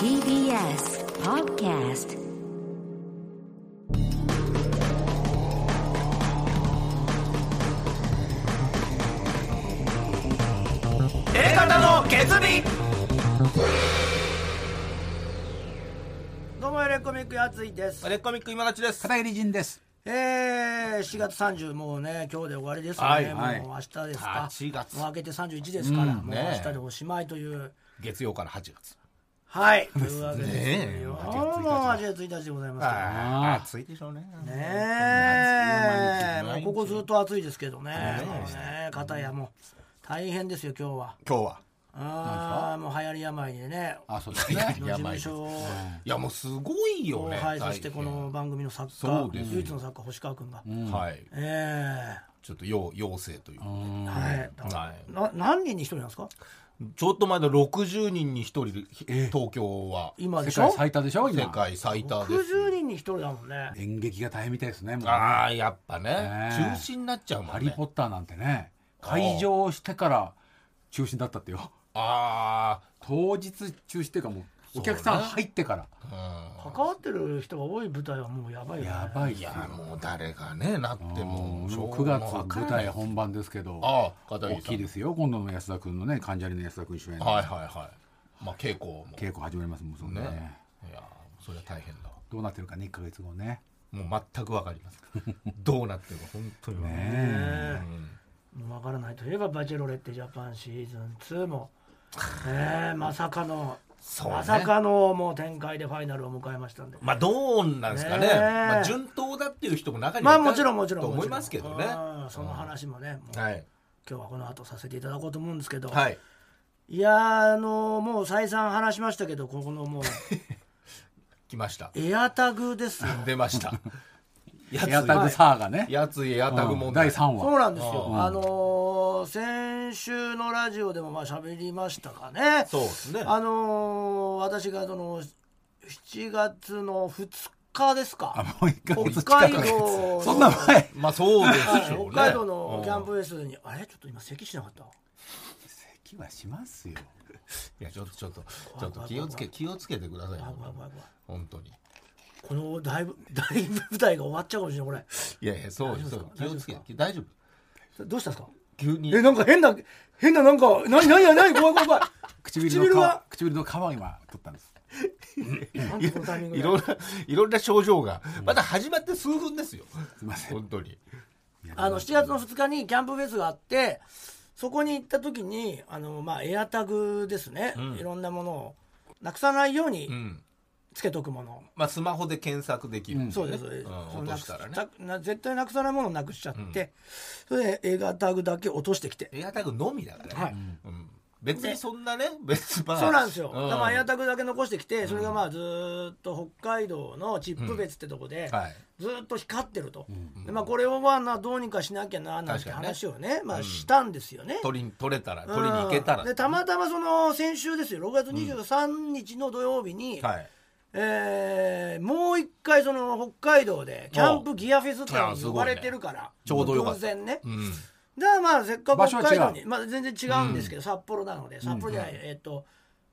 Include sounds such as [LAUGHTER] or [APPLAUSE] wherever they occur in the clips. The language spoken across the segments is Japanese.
TBS Podcast 方の決意どうもエレコミックやついです。レコミック今立ちです片桐仁です。えー、4月30もうね今日で終わりですよね。はいはいもう明日ですか。 8月もう明けて31ですから、もうねえ明日でおしまいという。月曜から8月 [LAUGHS] はい。というわけですよ。ねえもうもう8月1日でございますから。あー暑いでしょうねね毎え、日毎日もうここずっと暑いですけどね。ねえ、片やもう大変ですよ今日は。今日はああ、もう流行り病でね。あ、そうですね。の事務所をいやもうすごいよね後輩そしてこの番組の作家そ、うですよ唯一の作家星川君が。大体はいえちょっと要要請 [LAUGHS] というかえはい。はな何人に一人なんですかいちょっと前の60人に1人東京は今で世しょ界最多でしょ世今。界最多です ?60 人に一人だもんね。演劇が大変みたいですね。もうねああやっぱねねえ中止になっちゃうもハんリーねポッターなんてね、会場してから中止だったってよ。あ当日中止っていうかもうお客さん入ってから。あ関わってる人が多い舞台はもうやばいよね。やばういんいよ。やもう誰がねなってももうしょう9月もうわから舞ない台本番ですけど。ああ片桐大さんきいですよ。今度の安田君のね、関ジャニの安田君主演のはいはいはいまあ稽古も稽古始まりますもんそんなねね。いやそれは大変だわどうなってるかね、1ヶ月後ね。もう全くわかります [LAUGHS] どうなってるか本当にわかんないねもう分からないといえば「バチェロレッテジャパン」シーズン2も、ねえ、まさかの、そうねまさかのもう展開でファイナルを迎えましたんで、まあどうなんですかねねえまあ順当だっていう人も中にまはあいたもちろんもちろんと思いもちろんますけどねうんその話もね、もうはい今日はこの後させていただこうと思うんですけど、はいいやーあのもう再三話しましたけどここの [LAUGHS] もう来ましたエアタグですよ出ました [LAUGHS] やエアタグサーがね。やついエアタグ問題第3話。そうなんですよ、うあのー先週のラジオでもまあ喋りましたかねそうですねあのー私がその7月の2日ですあ、かもう1ヶ月北近く海。道のそんな前まあそうですはいよね北海道のキャンプうんフェスにあれちょっと今咳しなかった気はしますよ。いやちょっとちょっとちょっと気をつけ気をつけてくださいあ怖い怖い怖い本当にこのだいぶだいぶ舞台が終わっちゃうかもしれないこれいやいやそう大丈夫でそすかう気をつけ大丈夫で大丈夫それどうしたんですか急にえなんか変な変ななんか何何や何怖い怖い怖い唇唇のが皮、唇の皮を今取ったんです。なんでこのタイミングいでろんな、いろんな症状が、まだ始まって数分ですよ。すいません。本当に。あの7月の2日にキャンプフェスがあってそこに行った時にあの、まあ、エアタグですね、んいろんなものをなくさないようにうん。つけとくもの、まあ、スマホで検索できる、そうです、うんそ落のとなくしたらね。たな絶対なくさないものをなくしちゃって、それでエアタグだけ落としてきて、エアタグのみだからね。はいうん別にそんなね、別まあそうなんですよ、うだからエアタグだけ残してきてそれがまあずーっと北海道のチップ別ってとこで、はい。ずーっと光ってると、でまあ、これをまあなどうにかしなきゃななん確てかにね話をねまあ、したんですよね。取り、取れたら、取りに行けたら。でたまたまその先週ですよ6月23日の土曜日に、はい。えーもう一回その北海道でキャンプギアフェスってのあにす呼ごいねばれてるからちょうどよかった偶然ね、うん。だからまあせっか場く所北は海道違に、まあ、全然違うんですけど、札幌なので札幌じゃない、えっ、と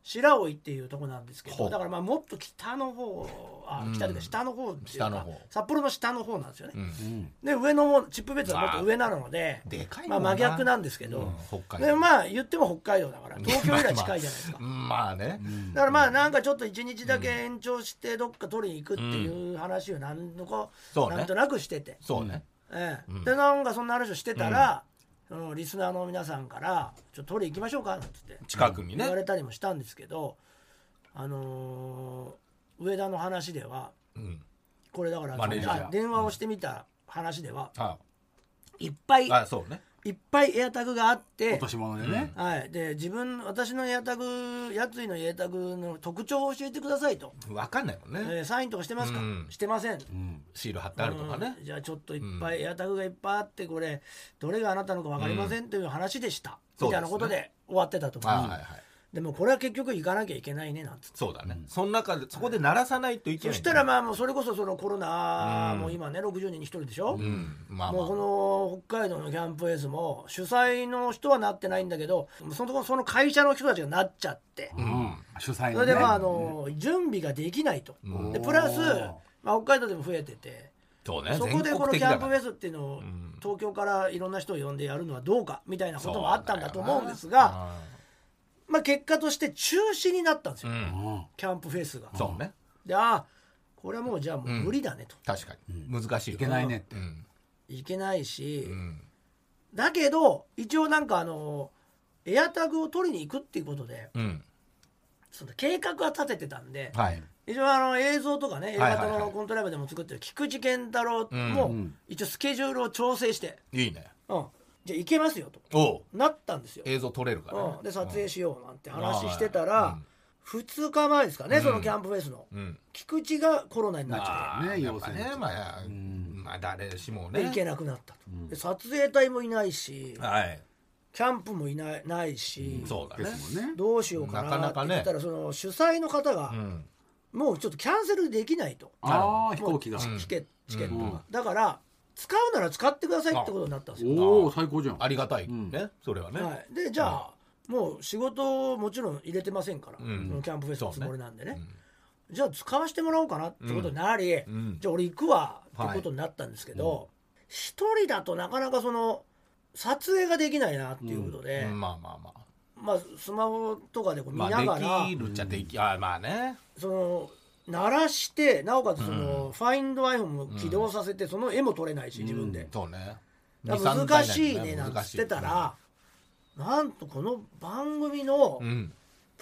白老っていうとこなんですけほどうだからまあもっと北の方あ北というか下の方っていうか、下の方札幌の下の方なんですよね、んで上の方チップ別はもっと上なのででかいまもあ、んな真逆なんですけうどん、北海道でまあ言っても北海道だから東京よりは近いじゃないですか、うん [LAUGHS] まあね。だからまあなんかちょっと1日だけ延長してどっか取りに行くっていう話を何のか、そうねなんとなくしてて、そうね。ええでなんかそんな話をしてたら、そのリスナーの皆さんから「ちょっと取り行きましょうか」なんつって近くにね言わ。れたりもしたんですけど、あのー上田の話ではうん。これだからマネージャーあ電話をしてみた話では、あいっぱいあ、そうね。いっぱいエアタグがあって落と。し物でね。はい、で自分私のエアタグやついのエアタグの特徴を教えてくださいと、わかんないもんね。えーサインとかしてますか、うんしてません、シール貼ってあるとかねう。んじゃあちょっといっぱいエアタグがいっぱいあってこれどれがあなたのか分かりませんという話でした、うんみたいなことで終わってたと思うはいはいはい。でもこれは結局行かなきゃいけないねなんつってそうだね。その中で、そこで鳴らさないといけない。そしたらまあもうそれこそそのコロナうんもう今ね60人に1人でしょ、うん、まあ、まもあうこの北海道のキャンプフェスも主催の人はなってないんだけどそのとこその会社の人たちがなっちゃって、うん。主催そのれねでまああの準備ができないと、うんでプラスおー、まあ、北海道でも増えててそうねそこでこのキャンプフェススっていうのをん東京からいろんな人を呼んでやるのはどうかみたいなこともあったんだと思うんですが、まあ、結果として中止になったんですうよ、んうんキャンプフェスが。そうねでああこれはもうじゃあもう無理だねと、確かに難しいいいけないねってうんいけないし、うんだけど一応なんかあのエアタグを取りに行くっていうことでうんその計画は立ててたんで、はい一応あの映像とかね映はい画はいはいのコントライブでも作ってる菊池健太郎うもん一応スケジュールを調整して、いいねうん、じゃあ行けますよとおうなったんですよ。映像撮れるからねうん、で撮影しようなんて話うんしてたら、2日前ですかね、そのキャンプフェスの、うん菊池がコロナになっちゃっまあねやっぱ要ね請のまあまあ誰しもて、ねで行けなくなったと、で撮影隊もいないしはいキャンプもいないないし、そうだでねすもんねどうしようかなかななってかね言ったら、その主催の方が、うんもうちょっとキャンセルできないとああ飛行機がもうチケチケットが、うんだから使うなら使ってくださいってことになったんですよ、おお最高じゃんありがたいんねそれはねはい、でじゃあ、もう仕事をもちろん入れてませんから、んそのキャンプフェスのつもりなんでねじゃあ使わせてもらおうかなってことになり、んじゃあ俺行くわってことになったんですけど一、人だとなかなかその撮影ができないなっていうことで、うんまあまあまあまあ、スマホとかでこう見ながら、まあできるっちゃできあまあねその鳴らしてなおかつその、ファインド iPhone も起動させて、その絵も撮れないし自分で、そうねだから23難しいね台なんだてよ言ってたら、なんとこの番組のうん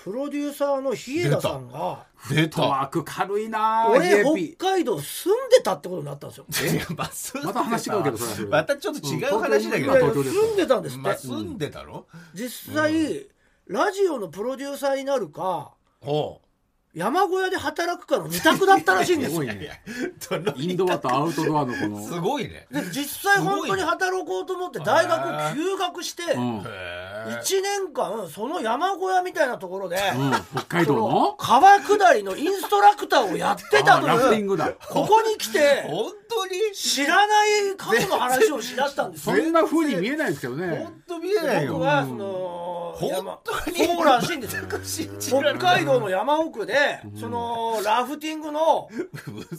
プロデューサーの日枝さんが出トワたーク軽いなー俺 JP 北海道住んでたってことになったんですよ。いやまあ住んでまた話違うけどそれはそれでまたちょっと違う話だけいどまやあいや東京で住すからんでたんですって、まあ住んでたろ実際、ラジオのプロデューサーになるかほ山小屋で働くかの二択だったらしいんです [LAUGHS] すごよ。いいやねどのインドアとアウトドアの [LAUGHS] このすごいねで実際本当に働こうと思って大学休学してうんへ1年間その山小屋みたいなところでうん北海道そのの川下りのインストラクターをやってたあのラフティンよグだここに来てえ本当に知らない過去の話をしだしたんですそよ。んな風に見えないですけどね本当見えないよ僕はその本当に山そうらしいんですよ信じら北れない海道の山奥でそのラフティングの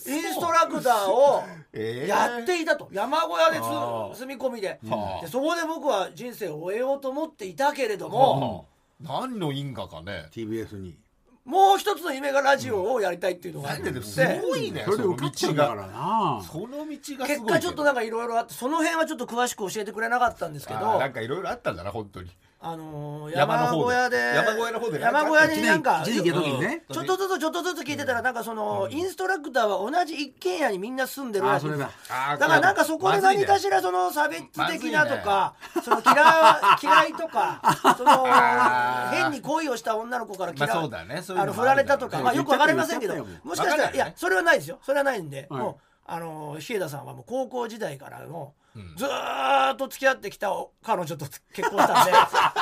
インストラクターをえーやっていたと山小屋でつあー住み込みではあでそこで僕は人生を終えようと思っていたけれども何の因果かね TBS にもう一つの夢がラジオをやりたいっていうのがあってです結ごいねそれで受かっちゃうんだからなその道がすごいけど果ちょっとなんかいろいろあってその辺はちょっと詳しく教えてくれなかったんですけあーどなんかいろいろあったんだな本当にあのー山の山方小で屋で山小屋の方で山小屋でなんか一年一年行った時にねうんちょっとずつちょっとずつ聞いてたらなんかそのインストラクターは同じ一軒家にみんな住んでるらしいんですああーだからなんかそこで何かしらその差別的なとか、その嫌 [LAUGHS] わ嫌いとかそあのー変に恋をした女の子から嫌まあそうだねそういうあののも振られたとあかるまだあろうねよくわかりませんけど言っちゃったよもしかしたわらかんないいねやそれはないですよそれはないんではいもうあのー日枝さんはもう高校時代からのずーっと付き合ってきたお彼女と結婚したんで。 [LAUGHS]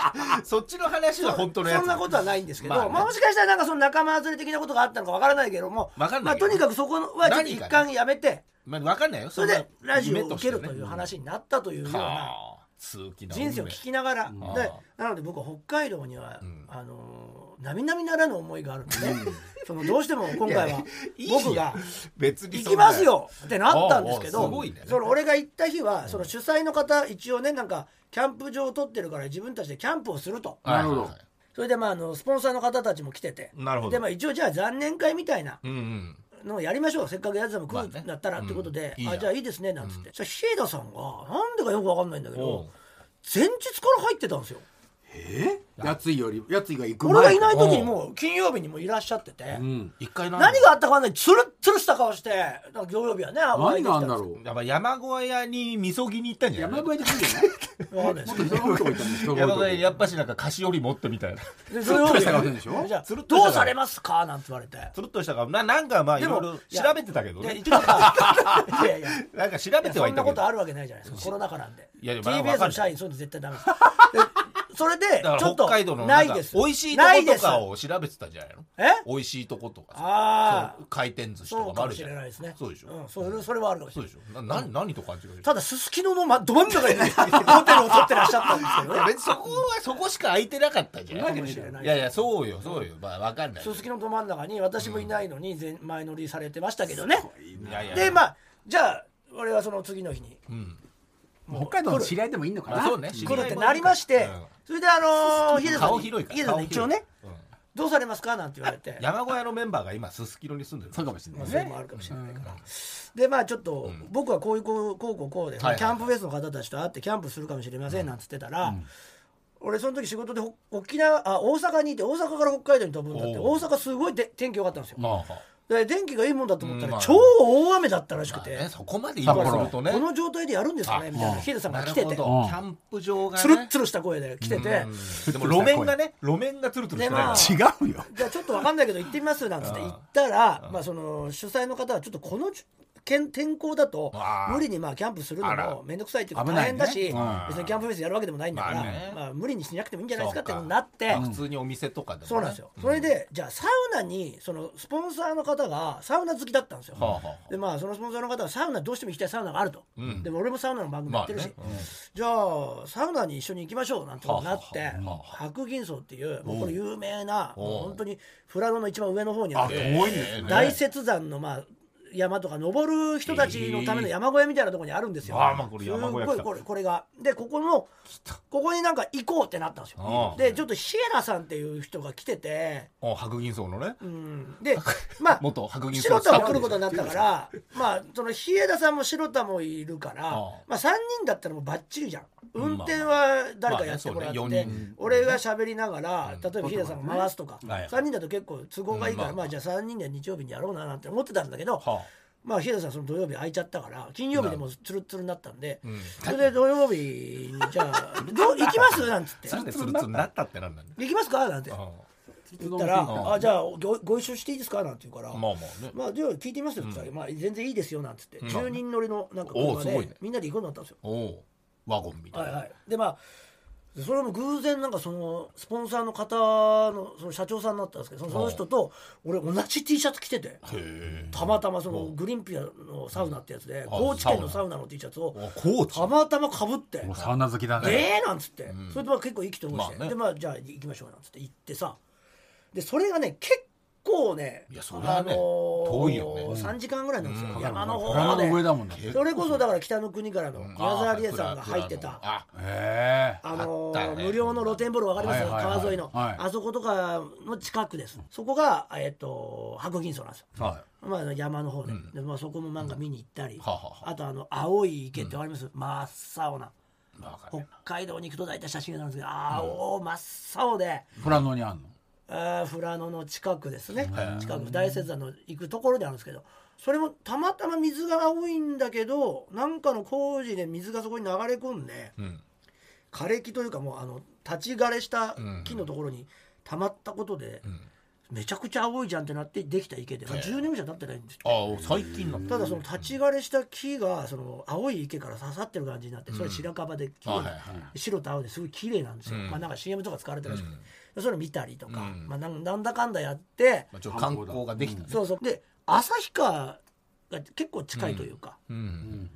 そっちの話は本当のやつそんなことはないんですけど、ままああねもしかしたらなんかその仲間外れ的なことがあったのかわからないけども、わかんないけまどあ、とにかくそこはちょっと一何か旦やめて、まあ、分かんないよそれでんなラジオを夢受けるしてとねいう話になったというようなはあ通気な運命人生を聞きながら、んでなので僕は北海道には、あのー並々ならぬ思いがあるんでね、 [LAUGHS] そのどうしても今回はいいよ僕が。別に行そきんなますよってなったんですけおうおどうすごいねその俺が行った日はその主催の方一応ねなんかキャンプ場を取ってるから自分たちでキャンプをすると、はいはいなるはいほどそれでまああのスポンサーの方たちも来ててなるほどでまあ一応じゃあ残念会みたいなうんうんのをやりましょうせっかくやつでも来るまあねんだったらってことで、うんいいじゃんあじゃあいいですねなんつって、そしたら日枝さんがなんでかよくわかんないんだけおどう前日から入ってたんですよえやついよりやついが行く前俺がいない時にもう金曜日にもいらっしゃってて、うん一回な何があったかわかんないツルッツルした顔してなんか土曜日はね何があんだろううやっぱ山小屋にみそぎに行ったんじゃな山い小屋で来るんじゃなわいかんないです人が多いとこ行ったんです人が山多いとこ小屋にやっぱしなんか菓子折り持ってみたいなで土曜日した顔してるでしょじゃあつるっとしたど顔うされますかなんて言われてつるっとしたからななんかまあいでろもいろ調べてたけどでね一応さ [LAUGHS] いやいやなんか調べてそはいんたなけことどあるわけないじゃないですかコロナ禍なんでいやでもまあわかん TBS ないの社員そういうの絶対ダメですでそれでだからちょ北っと海道のなないんかです美味しいとないこでとすかを調べてたんじゃないのえ美味しいとことかさああそう回転寿司そとうかもかあもるしじゃれんないですねそうでしょ、うん、それそれはあるかもしれそうでないしょな何何と勘違いしてるただすすきののまど真ん中にね [LAUGHS] ホテルを取ってらっしゃったんですけどいねや別に [LAUGHS] そこはそこしか空いてなかったんじゃなかいもしれないいやいやそうよそうよまあわかんないすすきのど真ん中に私もいないのに前前乗りされてましたけどねいやいやでまあじゃあ俺はその次の日にうん北海道の知り合いでもいいのかな、まあそうね来るってなりましてうんそれであのーヒデさん顔に広いからヒデさんに顔広い一応ねうんどうされますかなんて言われて山小屋のメンバーが今すすきのに住んでるそうかもしれまなあいそねれもあるかもしれないからでまあちょっと僕はこういうこうこうこうこうでキはいはいャンプフェスの方たちと会ってキャンプするかもしれませんなんつってたら俺その時仕事でほ沖縄あ大阪にいて大阪から北海道に飛ぶんだってお大う阪すごいで天気良かったんですよまあで天気がいいもんだと思ったうんまらあ超大雨だったらしくまあて、ねそこまで移動するとねこの状態でやるんですかねあみたいなうんヒデさんがなる来てほてどうんキャンプ場がねつるっつるした声で来ててうんでも路面がね路面がつるつるしてないからでま違うよじゃあちょっとわかんないけど行ってみますなんつって行ったらまあその主催の方はちょっとこのじけん天候だとあー無理にまあキャンプするのあらも面倒くさいっていうか危大ない変ねだしうん別にキャンプフェスやるわけでもないんだからまあねまあ無理にしなくてもいいんじゃないですかってそうかなってまあ普通にお店とかでもねそうなんですよそれでじゃあサウナにそのスポンサーの方がサウナ好きだったんですよはあはあはあでまあそのスポンサーの方はサウナどうしても行きたいサウナがあるとうんでも俺もサウナの番組やってるしまあねうんじゃあサウナに一緒に行きましょうなんてことになってはあはあはあ白銀荘っていうもうこれ有名なおうもう本当に富良野の一番上の方にあある遠いんですね大雪山のまあ山とか登る人たちのための山小屋みたいなところにあるんですよ。ああまあこれ山小屋来たすっごいこれこれがでここのここになんか行こうってなったんですよあ。あでちょっとシエラさんっていう人が来てて、お白銀層のねうん、 [LAUGHS] でまあ元白銀白荘田も来ることになったからまあその日枝さんも白田もいるからああまあ3人だったらもうバッチリじゃん運転は誰かやってもらって、まあまあねそうね四人俺が喋りながら、例えば日枝さんが回すとか、んはいはい3人だと結構都合がいいから、うんままああじゃあ3人で日曜日にやろうななんて思ってたんだけど、はまあ日枝さんその土曜日空いちゃったから金曜日でもうツルッツルになったんで、んそれで土曜日にじ [LAUGHS] ゃあ「どう行きます?」なんつってあつるつるつるなったってなんなんだ「行きますか?」なんてよ言ったら「んあじゃあごご一緒していいですか?」なんて言うから。まあまあねまあ、では聞いてみますよって言ったら、まあ、全然いいですよなんつって、うん10人乗りのなんかお車うすごいでねみんなで行くようになったんですよ。おおワゴンみたいはいなはい、でまあそれも偶然なんかそのスポンサーの方のその社長さんだったんですけどそのその人と俺同じ T シャツ着ててへえたまたまそのグリンピアのサウナってやつであ高知県のササウナウナの T シャツをお高知たまたまかぶってもうサウナ好きだえね、えー、なんつって、それでまあ結構意気投合して、まあねでまあじゃあ行きましょうなんつって行ってさでそれがね結構ねいやそれはねあのー遠いよね3時間ぐらいなんですよ、うん山の富方良野での上だもんねそれこそだから北の国からの宮沢りえさんあが入ってたあへえあのーあったね無料の露天風呂わかります、はいはいはい川沿いの、はいあそことかの近くですそこが、えっと白銀荘なんですよはまあ、山の方で,、でまあ、そこもなんか見に行ったり、はははあとあの青い池ってわかります、真っ青ないまあわかんな北い海道に行くと大体写真が載るんですけど青、真っ青で富良野にあんのあー富良野の近くですね近く大雪山の行くところにあるんですけどそれもたまたま水が青いんだけどなんかの工事で水がそこに流れ込んで。うん枯れ木というかもうあの立ち枯れした木のところにたまったことで、めちゃくちゃ青いじゃんってなってできた池で、まあ、10年ぐらい経ってないんですああ最近なんただその立ち枯れした木がその青い池から刺さってる感じになってそれ白樺で綺麗はないはい白と青ですごい綺麗なんですよ、まあ、なんか CM とか使われてるらしくて、それ見たりとか、まあ、なんなんだかんだやって、まあちょっと観光ができたねそうそうで旭川が結構近いというか、うん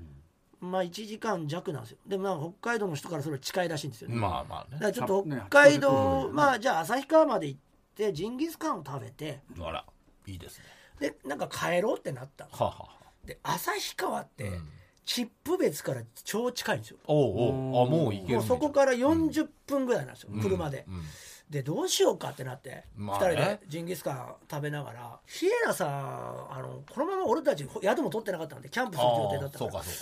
まあ1時間弱なんですよでもなんか北海道の人からそれ近いらしいんですよね、まあまあだかねらちょっとね北海そ道、うですねまあじゃあ旭川まで行ってジンギスカンを食べてあらいいですねでなんか帰ろうってなったのはあはあはあで旭川ってうんチップ別から超近いんですよ、おうおうあもう行けるもうそこから40分ぐらいなんですよ、車で、うんでどうしようかってなって、まあ2ね人でジンギスカン食べながらヒエラさんあのこのまま俺たち宿も取ってなかったんでキャンプする予定だあったかそうらかそ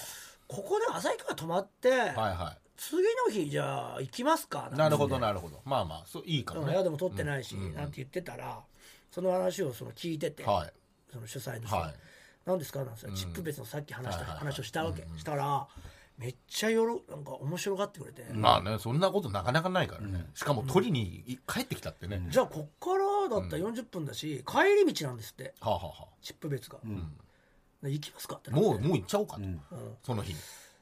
ここで旭川泊まって、うかはいは次の日じゃあ行きますかんていなるほどなるほどまあまあそういいかもうんね宿も取ってないし、なんて言ってたらその話をその聞いてて、はいその主催の人、はい何ですか?」なんですよ、チップ別のさっき話したはいはいはい話をしたわけ、したらめっちゃよろなんか面白がってくれて、まあねそんなことなかなかないからねしかも取りにい帰ってきたってねじゃあこっからだったら40分だし、帰り道なんですってはあはあはチップ別が、で行きますかってあなってもうもう行っちゃおうかとその日に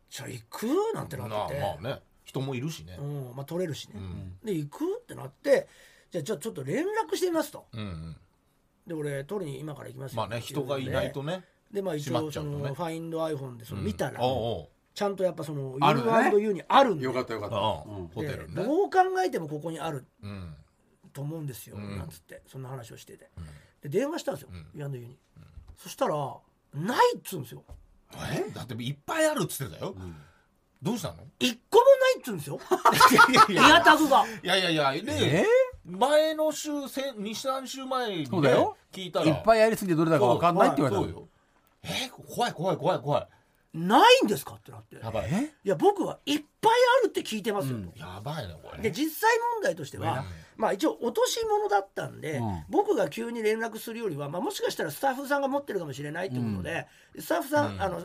じゃあ行くなんてなまあっまあてて、ね人もいるしねうんまあ、取れるしね、うんで行くってなってじゃあじゃあちょっと連絡してみますとうんうんで俺取りに今から行きますよまあね人がいないとねでまあ一閉ま応っちゃそうとの、ねファインド iPhone でそのうん見たら、おうおうちゃんとやっぱそのあるね U&U にあるんでよかったよかったああうんホテルでねどう考えてもここにあるうんと思うんですよ、うんなんつってそんな話をしてて、で電話したんですよ、う U&U に、そしたらないっつうんですよえだっていっぱいあるっつってたよどうしたの一個もないっつうんですよい [LAUGHS] エアタグがいやいやいやえで前の週23週前にねそうだよ聞いたらいっぱいやりすぎてどれだかわかんないって言われたそうよえ怖い怖い怖い怖いないんですかってなってやばいえいや僕はいっぱいあるって聞いてますよと、やばいなこれで実際問題としては、まあ、一応落とし物だったんで、うん僕が急に連絡するよりは、まあ、もしかしたらスタッフさんが持ってるかもしれないってことで、スタッフさん、うんあの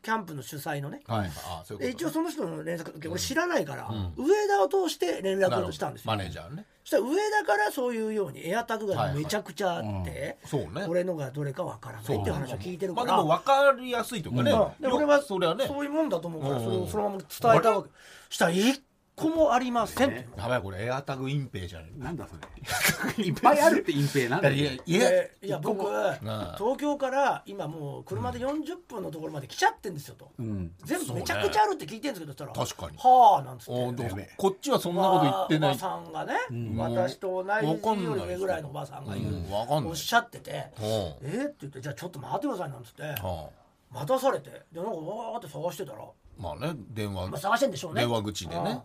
キャンプの主催のねはいあそうでいう一こ応とその人の連絡先俺知らないから、ん上田を通して連なる絡ほをどしたんですよマネージャーねそしたら上田からそういうようにエアタグはいがはいめちゃくちゃあって、そうね俺のがどれかわからないってそういう話を聞いてるから、まあでも分かりやすいとかねまあで俺はそれはねそういうもんだと思うから、うんそれをそのまま伝えたわけしたら一個もありませんって、やばいこれエアタグ隠蔽じゃないなんだそれいっぱいあるって隠蔽なんだよいやいやでいや僕あ東京から今もう車で40分のところまで来ちゃってんですよと、うん全部そうねめちゃくちゃあるって聞いてるんですけどそしたら確かにはあ」なんつっておどうやべえこっちはそんなこと言ってなおばいさんがね、ん私と同わかんじなよいり上ぐらいのおばさんがいる、うんわかんないおっしゃってて「うんえっ?」って言って「じゃあちょっと待ってください」なんつっては待たされてでなんかわーって探してたら、まあまあね電話あ、探してんでしょうね電話口でねああ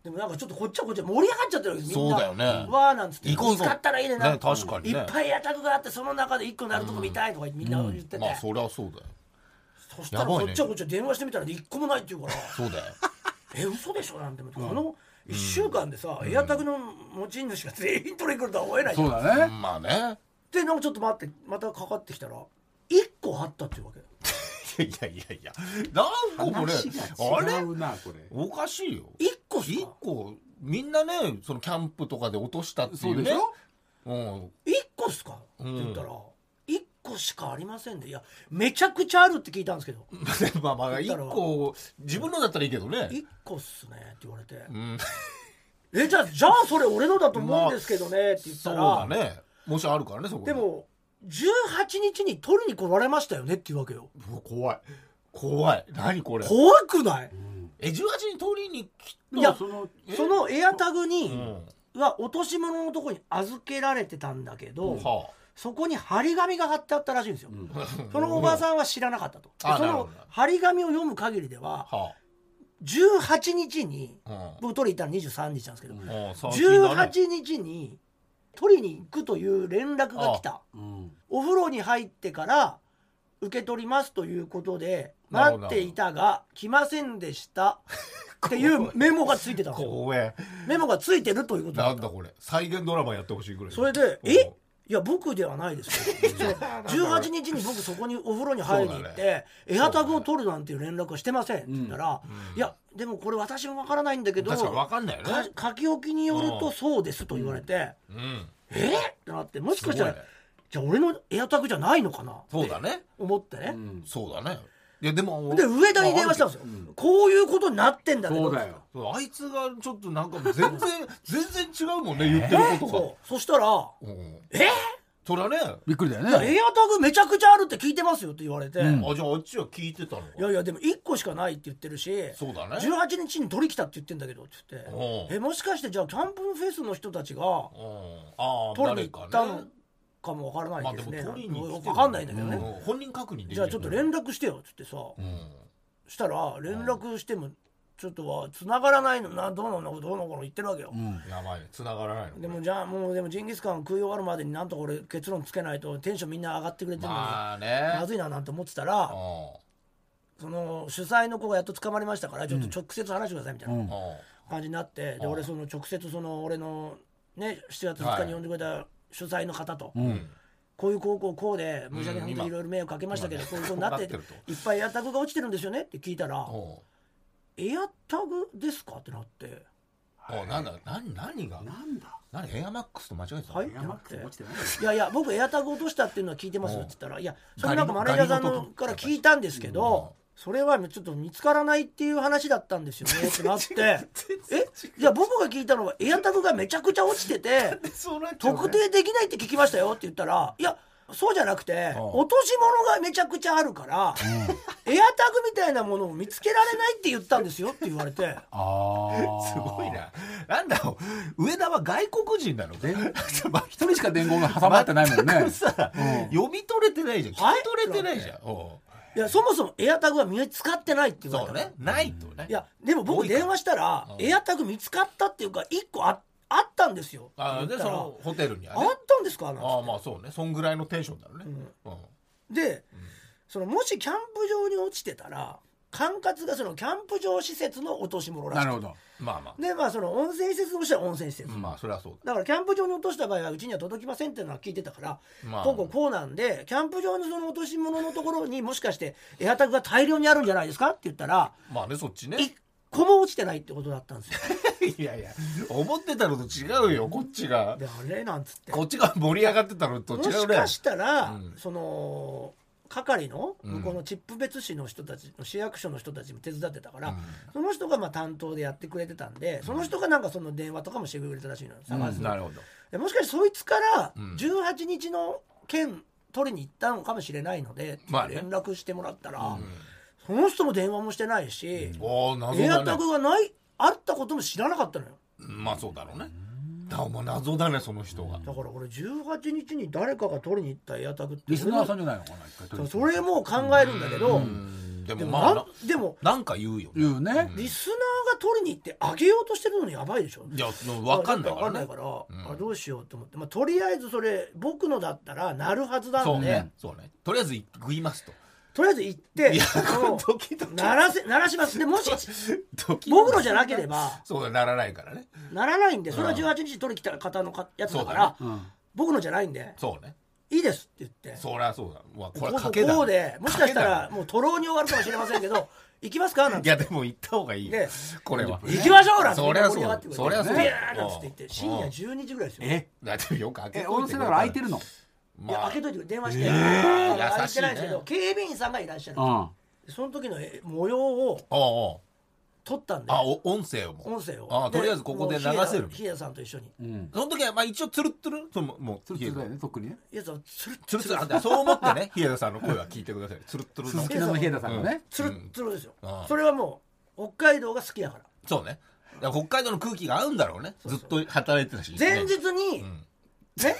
でもなんかちょっとこっちはこっちで盛り上がっちゃってるわけですみんそなうだよねわーなんつって行こうぞ使ったらいいねなね確かにねいっぱいアタグがあってその中で一個なるとこ見たいとかみんな言ってて、まあそりゃそうだよそしたらやばこいねっちはこっちは電話してみたら一個もないって言うからそうだよ [LAUGHS] 「え嘘でしょ?」なんて思ってこの1週間でさ、エアタグの持ち主が全員取りに来るとは思えないじゃそんうだねまあねでなんかちょっと待ってまたかかってきたら1個あったっていうわけいやいやいや何個もね話があ違れうなこれおかしいよ1個っす一か個みんなねそのキャンプとかで落としたっていそううでねしょうん [LAUGHS] 1個っすか?」ってん言ったら「1個しかありませんでいやめちゃくちゃあるって聞いたんですけどまあまあ一個自分のだったらいいけどね1個っすね」って言われてん「えじゃあじゃあそれ俺のだと思うんですけどね」って言っそうたら、だねもしあるからねそこにでも18日に取りに来られましたよねっていうわけようわ怖い怖い何これ怖くないえ18に取りに来いやそのそのエアタグに、んは落とし物のとこに預けられてたんだけど、はそこに張り紙が貼ってあったらしいんですよ、んそのおばさんは知らなかったと、あでそなるほのど張り紙を読む限りではあは18日にあ僕取りに行ったの23日なんですけど、うんうん最近だね18日に取りに行くという連絡が来たうんお風呂に入ってから受け取りますということでなるほ待どっていたが来ませんで [LAUGHS] したっていうメモがついてたんですよ怖えメモがついてるということだなっんただこれ再現ドラマやってほしいぐらいそれで「うんえいや僕ではないですよ」18日に僕そこにお風呂に入りに行って、そうエアタグを取るなんていう連絡はしてません」って言ったら「いやでもこれ私もわからないんだけど確かに分かんないよかね書き置きによるとそうです」と言われてうん「えっ?」ってなってもしかしたら、すごいねじゃあ俺のエアタグじゃないのかなってそうだね思ってね。そうだねいやでもで上田に電話したんですよ、こういうことになってんだけどそうだよそうあいつがちょっとなんか全 [LAUGHS] 然全然違うもんね言ってることが、そうそしたら「うんえっそれはねびっくりだよエねアタグめちゃくちゃあるって聞いてますよ」って言われて、あじゃああっちは聞いてたのかいやいやでも1個しかないって言ってるしそうだね18日に取り来たって言ってんだけどって言ってうんえもしかしてじゃあキャンプフェスの人たちがうんああ取りに行った誰かのねかもわからなまあいでですもね、取りに来てる分かんないんだけどね、うん本人確認できるじゃあちょっと連絡してよって言ってさ、うんしたら連絡してもちょっとは繋がらないのなどうのこうのどうのこうの言ってるわけよ、やばいね繋がらないのでもじゃあもうでもジンギスカン食い終わるまでになんとか俺結論つけないとテンションみんな上がってくれてるのに、まあまねずいななんて思ってたらうその主催の子がやっと捕まりましたからちょっと直接話してくださいみたいな、うんんうん感じになってでああ俺その直接その俺のね7月2日に呼んでくれた主催の方と、うんこういう高校こうで申し訳ないうん本当今にいろいろ迷惑かけましたけど、こういうことになって [LAUGHS] 今ねこうなってるいっぱいエアタグが落ちてるんですよねって聞いたらお「エアタグですか?」ってなってうおうなんだ何何がなんだ何エアマックスと間違えてたはいいっエてアなマッっクてス落ちてない「いやいや僕エアタグ落としたっていうのは聞いてます」って言ったら「いやそれなんかマガネーリジャーさんガリのの音から聞いたんですけどそれはちょっと見つからないっていう話だったんですよ [LAUGHS] ねってなってえじゃあ僕が聞いたのはエアタグがめちゃくちゃ落ちてて [LAUGHS] [LAUGHS] そうなっちゃうね特定できないって聞きましたよって言ったらいやそうじゃなくて落とし物がめちゃくちゃあるから、エアタグみたいなものを見つけられないって言ったんですよって言われてああすごいな。なんだろう、上田は外国人なの [LAUGHS] でまあ一人しか伝言が挟まってないもん [LAUGHS] ね全くさ、うん読み取れてないじゃん。聞き取れてないじゃん。おいやそもそもエアタグは見つかってないってう言そわれたうからね。ないとね。いやでも僕電話したら多いからエアタグ見つかったっていうか一個ああったんですよあっでて言ったそらのホテルにはあね。ったんですかなんつってああまあそうね。そんぐらいのテンションだろうね。うんで、そのもしキャンプ場に落ちてたら管轄がそのキャンプ場施設の落とし物らなしるくほどまあまでまあその温泉施設としては温泉施設、あ。まあそれはそうだ。だからキャンプ場に落とした場合はうちには届きませんっていうのは聞いてたから、まあこうこうこうなんでキャンプ場のその落とし物のところにもしかしてエアタグが大量にあるんじゃないですかって言ったらまあねそっちね。一個も落ちてないってことだったんですよ。いやいや思ってたのと違うよこっちがで。あれなんつってこっちが盛り上がってたのと違うね。もしかしたら、うんその係の向こうのチップ別市の人たち、市役所の人たちも手伝ってたから、うんその人がまあ担当でやってくれてたんでその人がなんかその電話とかもしてくれたらしいのよ探す、なるほど。でもしかしてそいつからうん18日の件取りに行ったのかもしれないので、まあね連絡してもらったら、その人も電話もしてないし、おお謎エアだタね。グがないあったことも知らなかったのよまあそうだろうね。だからもう謎だねその人が。だからこれ18日に誰かが取りに行ったエアタグってリスナーさんじゃないのかな一そ回取うそりれも考えるんだけど、うんででももまあなんでもななんか言うよね。言うねリスナーが取りに行ってあげようとしてるのにやばいでしょいや分かんないからわねかんないからあどうしようと思って、まあ、とりあえずそれ僕のだったらなるはずなんでそうねそうねとりあえず食いますととりあえず行っていやあのドキドキ鳴らせ鳴らしますでもし僕のじゃなければそうだならないからねならないんでそれは18日取りに来た方のかやつだかそうだらねうん僕のじゃないんでそうねいいですって言ってそりゃそうだうわここれうはこ賭うけだこうでもしかした賭らもうとろうに終わるかもしれません [LAUGHS] けど行きますかなんけだいてやでも行った方がいいよねこれは行きましょうなんてそりゃそう盛り上がってくれてそりゃそうビューなんつって言ってうん深夜12時ぐらいですよえだってよく開けえとい温てく泉れただから空いてるのいまやあ開けといてくれ電話して、えーあの優開いしていねないんですけど警備員さんがいらっしゃる、うんその時のえ模様をああ撮ったんでああお音声をも音声をああとりあえずここで流せるヒエさんと一緒にうんその時はまあ一応つるつるそのもうそれつだよね特にねヒエさんつるっつるつるあそう思ってね日枝さんの声は聞いてくださいつるつるの鈴木奈々平太さんがねつるっつるですよ、うんそれはもう北海道が好きだからそうねだから北海道の空気が合うんだろうねずっと働いてたし前日ねに、んね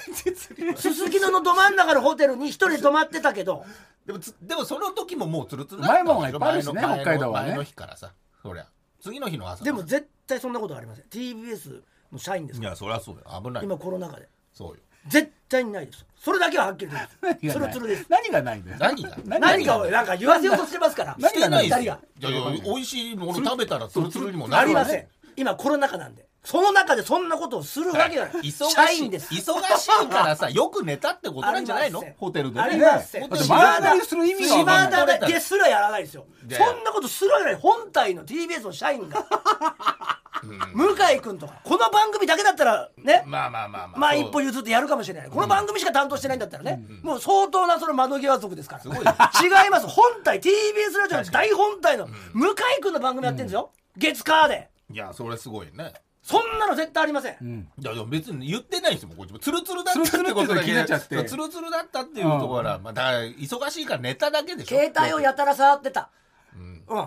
すすきののど真ん中のホテルに一人で泊まってたけどでもつでもその時ももうつるつるうまいもんがいっぱいあるしね前の北海道はね前の日からさそりゃ次の日の朝でも絶対そんなことはありません TBS の社員ですいからやそりゃそうだよ危ない今コロナ禍でそうよ絶対にないですそれだけははっきり言うんですつるつるです何がないんだよ何が何かがをなんか言わせようとしてますから何がないいでですすよよいやいや美味しいもの食べたらつるつるにもなあるりわまねせん今コロナ禍なんでその中でそんなことをするわけがない忙しい社員です忙しいからさよく寝たってことなんじゃないのありませんホテルでねありませんホテルだでって前乗りする意味がわかん島ない田ですらやらないですよいやいやそんなことするわけない本体の TBS の [LAUGHS] 社員が向井君とかこの番組だけだったらねまあまあまあまあまあそう一歩譲ってやるかもしれないこの番組しか担当してないんだったらねもう相当なその窓際族ですからごい [LAUGHS] 違いねます本体 TBS ラジオの大本体の向井君の番組やってるんですよ月火でいやそれすごいねそんなの絶対ありませんいやでも別に言ってないですもんこっちもつるつるだったツルツルっっててここととだがけ気になっちゃってそうつるつるだったっていうところはまあだから忙しいから寝ただけでしょ携帯をやたら触ってた、うん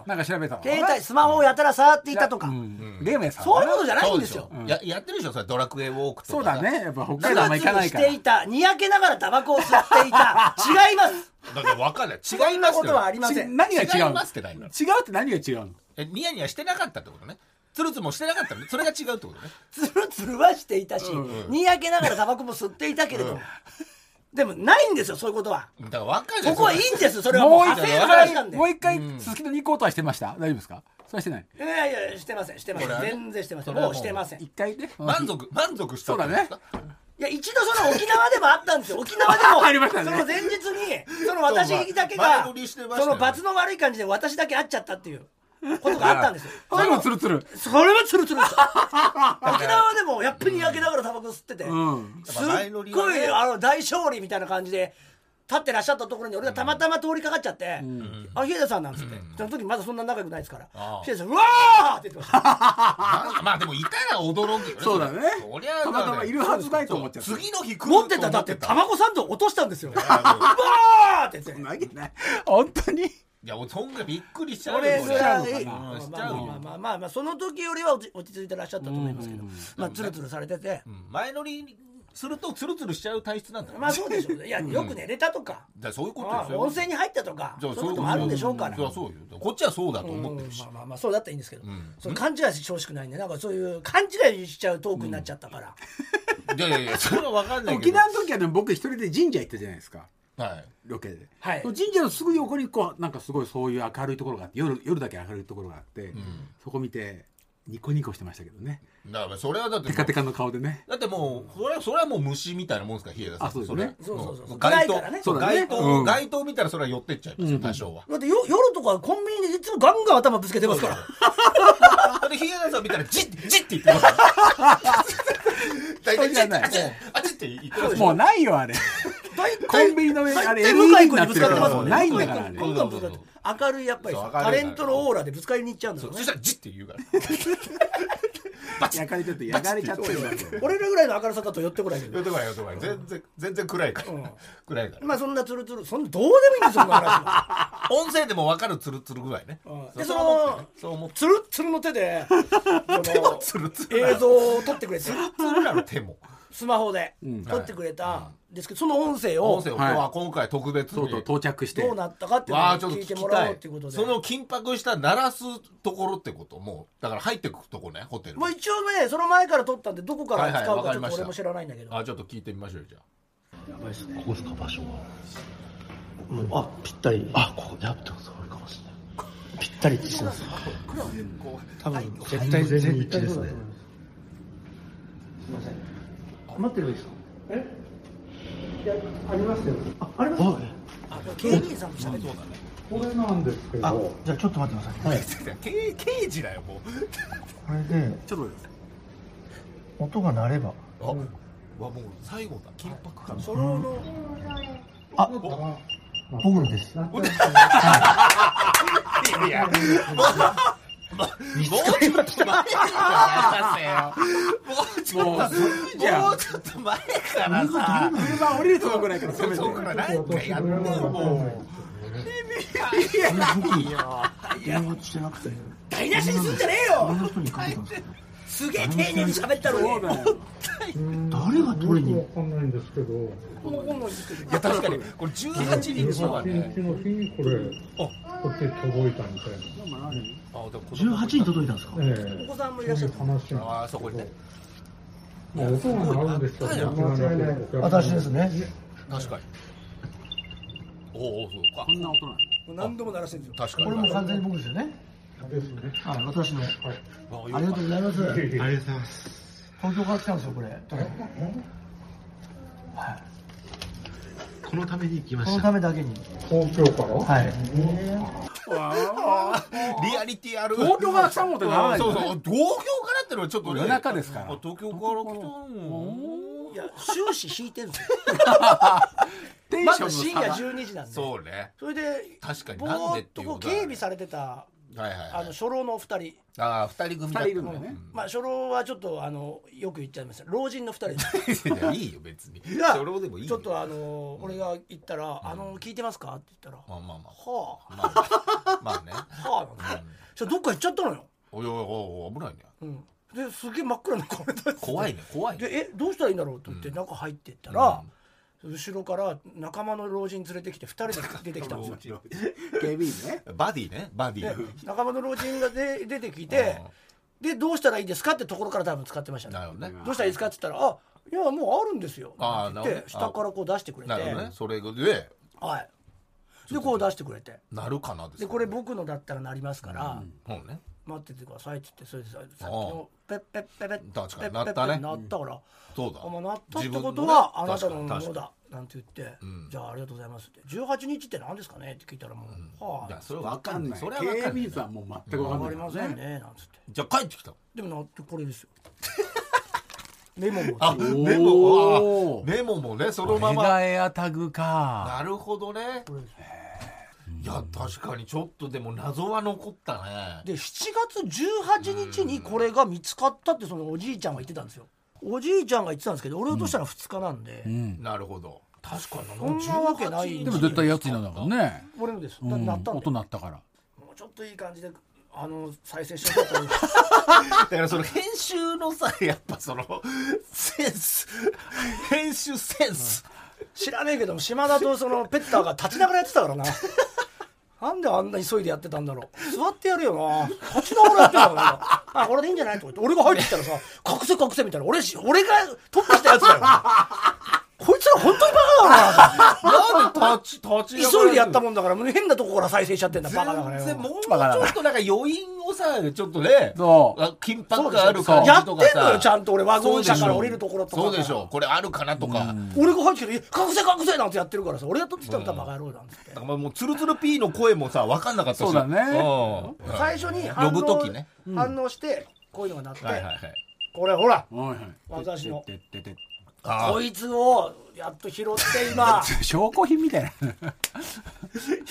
なんか調べたの携帯スマホをやたら触っていたとか、うんゲームやさんそういうことじゃないんですそようしょややってるでしょそれドラクエウォークとそかうさだねやっぱ北つる海道あんつま行かるないしからていたにやけながらタバコを吸っていた違いますだから分かんないそ違いんまなすよことはありません何が違うの違いますってないの違うって何が違うのえニヤニヤしてなかったってことねつるつるもしてなかったのねそれが違うってことねつるつるはしていたし、うんうんにやけながらタバコも吸っていたけれども、でもないんですよそういうことはだから分かんないここはいいんですそれはももうう一派生の話なん回でもう一回鈴木の二コートはしてました大丈夫ですかそれはしてないいやいやしてませんしてませんこれはね全然してませそれんはももううしてませんい一回ね満足満足したってことですかや一度その沖縄でもあったんですよ沖縄で [LAUGHS] もありましたねその前日にその私だけが前乗りしてましたそよの罰の悪い感じで私だけ会っちゃったっていうことがあったんですよそれもツルツルそれ [LAUGHS] はツルツルですよ沖縄でもやっぱり焼けながらタバコ吸ってて、うんすっごい、あの大勝利みたいな感じで立ってらっしゃったところに俺がたまたま通りかかっちゃって「あヒエダさん」なんつって、その時まだそんな仲良くないですからああヒエダさん「うわー!」って言ってましたまあでもいたら驚くよそうだねそりゃたまたまいるはずないと思っちゃったそう次の日来る持ってただってとタ思バコ3度落としたんですよ「うわー!」って言って。なげない本当にいや俺そんなびっくりしちゃうこよれそぐりゃらい、うんまあしちまゃうよあまあまあまあまあその時よりは落ち落ち着いてらっしゃったと思いますけど、まあツルツルされててう、ん前乗りするとツルツルしちゃう体質なんだよまあそうでしょうね。いやよく寝れたとだか、からそういうことああよ温泉に入ったとか、じそゃういあうこともあるんでしょうから。そういうことよそうよだからこっちはそうだと思ってるし、まあまあまあそうだったらいいんですけど、んその勘違いしてほしくないんでなんかそういう勘違いしちゃうトークになっちゃったから、いやいやいやそれは分かんないけ沖ど縄の時はでも僕一人で神社行ったじゃないですかはいロケで、はい神社のすぐ横にこうなんかすごいそういう明るいところがあって夜夜だけ明るいところがあって、そこ見てニコニコしてましたけどねだからそれはだってテカテカの顔でねだってもうそれはそれはもう虫みたいなもんですから日枝さんあそうですねれそうそうそうも街暗いからね灯そうだね街灯うん街灯見たらそれは寄ってっちゃいますよ多少はだってよ夜とかコンビニでいつもガンガン頭ぶつけてますからだって日枝さん見たらジッジッって言ってますよ大体ジッあジッあジッって言ってますよもうないよ [LAUGHS] あれ大コ体ンビニの上にあれ大体向井 LED に君なにっぶてつるかっかてまらすももうんねないんだからあれ向井君ガンガンぶつかって明るいやっぱりそうさ明るいタレントのオーラでぶつかりに行っちゃうんだそろううそねしたらジッって言うから焼かれちゃって焼かれちゃってるんだって俺らぐらいの明るさだと寄ってこないけ寄っどてこない寄ってこない全然全然暗いから、暗いから、まあそんなツルツルそんなどうでもいいんですよそんな話は音声でも分かるツルツル具合ね、うんうででそそののそう思ってツルッツルの手でそのツルツルなの映像を撮ってくれてツルツルなの手もスマホでん撮ってくれたんですけどその音声を音声を、はいは今回特別にとうとう到着してどうなったかっていうのをわあちょっと聞いて聞もきらたおうっいていうことでその緊迫した鳴らすところってこともうだから入ってくとこねホテルまあ一応ねその前から撮ったんでどこから使うはいはかいちょっわかりまとした俺も知らないんだけど、あちょっと聞いてみましょうよじゃあここですか場所はあぴったりあここやっぱそうかもしれないぴったりですね多分絶完対全に絶対一致ですねそうだと思いますすいません待ってればいいですかえいやありますよあありますよあ警備員さんも喋ってるこれなんですけあどじゃあちょっと待ってください、はい刑刑事だよもうこれでちょっと待って音が鳴ればあ、う [LAUGHS] わもう最後だ緊迫感そののあ僕のですいやもうちょっと前からもうちょっともうずるいじゃんもうちょっと前からさ車降りるとこぐらいから攻めてそうからなんかやってよもこの時電話してなくて台無しにすんじゃねえあよの人にかけたんですよすげえ丁寧に喋ったそのうにだよ誰が取りにわかんないんですけど、ういや確かにこれ18人の人がね一日の日にこれ、こっちに届いたみたいあでも子供18に届いたんですかな。おえ子さんもいえらっしそゃうるいう話なんああそこにねまあ、音が鳴るんですけど、私です。ね確かにおおそうかこんな音なの何度も鳴らしてるんですよ確かにこれも完全に僕ですよねですね。はい私のあありがとうございますいえいえりがとうございます東京から来たんですよこれはいこのために来まこしのたためだけに東京から、はいリアリティある東京から来たもんってならないそようねそう東京からってのはちょっとね夜中ですからあ東京から来たのいや終始引いて [LAUGHS] るんですよテンまションずの深差夜が12時なんでそそうねれで確かにぼなんでーっってというこうこと警だ備されてたはいはいはあいの初老のお二人ああ二人組だ二人いるんだよねまあ初老はちょっとあのよく言っちゃいました老人の二人で [LAUGHS] すいやいいよ別にいやそれでもいいよちょっとあの俺が行ったら「あの聞いてますか?」って言ったら「まあまあまはあまあまあねあはあ」なんてそしたらどっか行っちゃったのよ、おいおいおいおい危ないねうん、ですげえ真っ暗 [LAUGHS] な顔で怖いね怖いねでえどうしたらいいんだろうと思って中入ってったら、後ろから仲間の老人連れてきて二人で出てきたんですよ警備員ねバディねバディ仲間の老人がで出てきてでどうしたらいいですかってところから多分使ってましたねなるほどねどうしたらいいですかって言ったら「あいやもうあるんですよ」あーって言なるほってどね下からこう出してくれて、なるほどねそれではいでこう出してくれてなるかなですでこれ僕のだったらなりますから、そうね待っててくださいって言ってそれでささっきのペッペッペッペッ確かにペッペ鳴ッペッったね鳴ったから、そうだあまあ鳴ったって自分このとねはあなたの確もかのに確かだなんて言って、じゃあありがとうございますって18日って何ですかねって聞いたらもう、はにいあやそれはわ分かかんなんないいそれは分警かん備ない員さんも全くわかわんなかりいませんねなんつってじゃあ帰ってきたでも鳴ってこれですよメモもあついてるメモおあーメモもねそのまメまガエアタグかなるほどねいや確かにちょっとでも謎は残ったねで7月18日にこれが見つかったってそのおじいちゃんが言ってたんですよおじいちゃんが言ってたんですけど俺落としたのは2日なんで、うんなるほど確かにそんなわけない18でも絶対やつになんだもんね俺のです、うだんなったんで音も鳴ったからうちょっといい感じであの再生しようかと思ってだからその編集のさやっぱそのセンス編集センス知らねえけども島田と [LAUGHS] そのペッターが立ちながらやってたからななんであんな急いでやってたんだろう座ってやるよな立ちながらやってたからなあこれでいいんじゃないとか言って俺が入ってきたらさ隠せ隠せみたいな俺し俺が突破したやつだよこいつら本当にバカだななんで立ち立ち急いでやったもんもんだからもう変なとこから再生しちゃってんだバカだから全よ然もうちょっとなんか余韻をさちょっとねそうあ緊迫感ある感やっじてとんかさのよちゃんと俺ワゴそうンでしょ車から降りるところとかそうでしょこれあるかなとか俺が入ってきて「隠せ隠せ」なんてやってるからさ俺が撮ってきたらバカ野郎なんつってだからもうツルツル P の声もさ分かんなかったしそうだねうん最初に呼反ぶ応時ね反応してこういうのが鳴ってはいはいはいこれほらはいはい私のてってってってあーこいつをやっと拾って今証拠品みたいな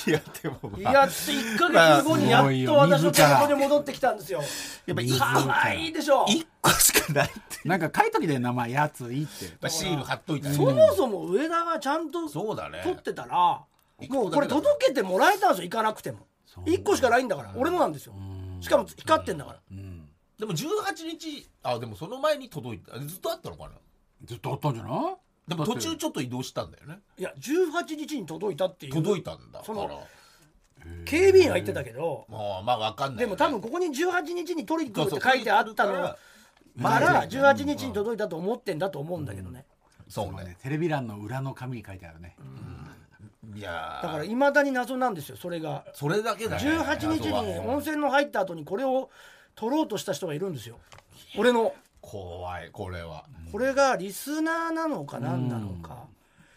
いやでも [LAUGHS] いまあや1か月後にやっと私の手元に戻ってきたんですよやっぱ一かわいいでしょ個一個しかないってなんか書いときで名前やついってまあシール貼っといたりそもそも上田がちゃんとそうだね取ってたら一個もうこれだけだから届けてもらえたんですよ行かなくてもそう1個しかないんだから俺のなんですよしかも光ってんだからうんでも18日あでもその前に届いたずっとあったのかなずっとあったんじゃないでも途中ちょっと移動したんだよねいや18日に届いたっていう届いたんだかそらの警備員が言ってたけどもうまあわかんないでよねも多分ここに18日に取りに来そるうっそうて書いてあったのからから18日に届いたと思ってんだと思うんだけどねそうそうねねテレビ欄の裏の紙に書いてあるねいやーだからいまだに謎なんですよそれがそれだけだね18日謎はに温泉の入った後にこれを取ろうとした人がいるんですよ俺の怖いこれはこれがリスナーなのか何なのか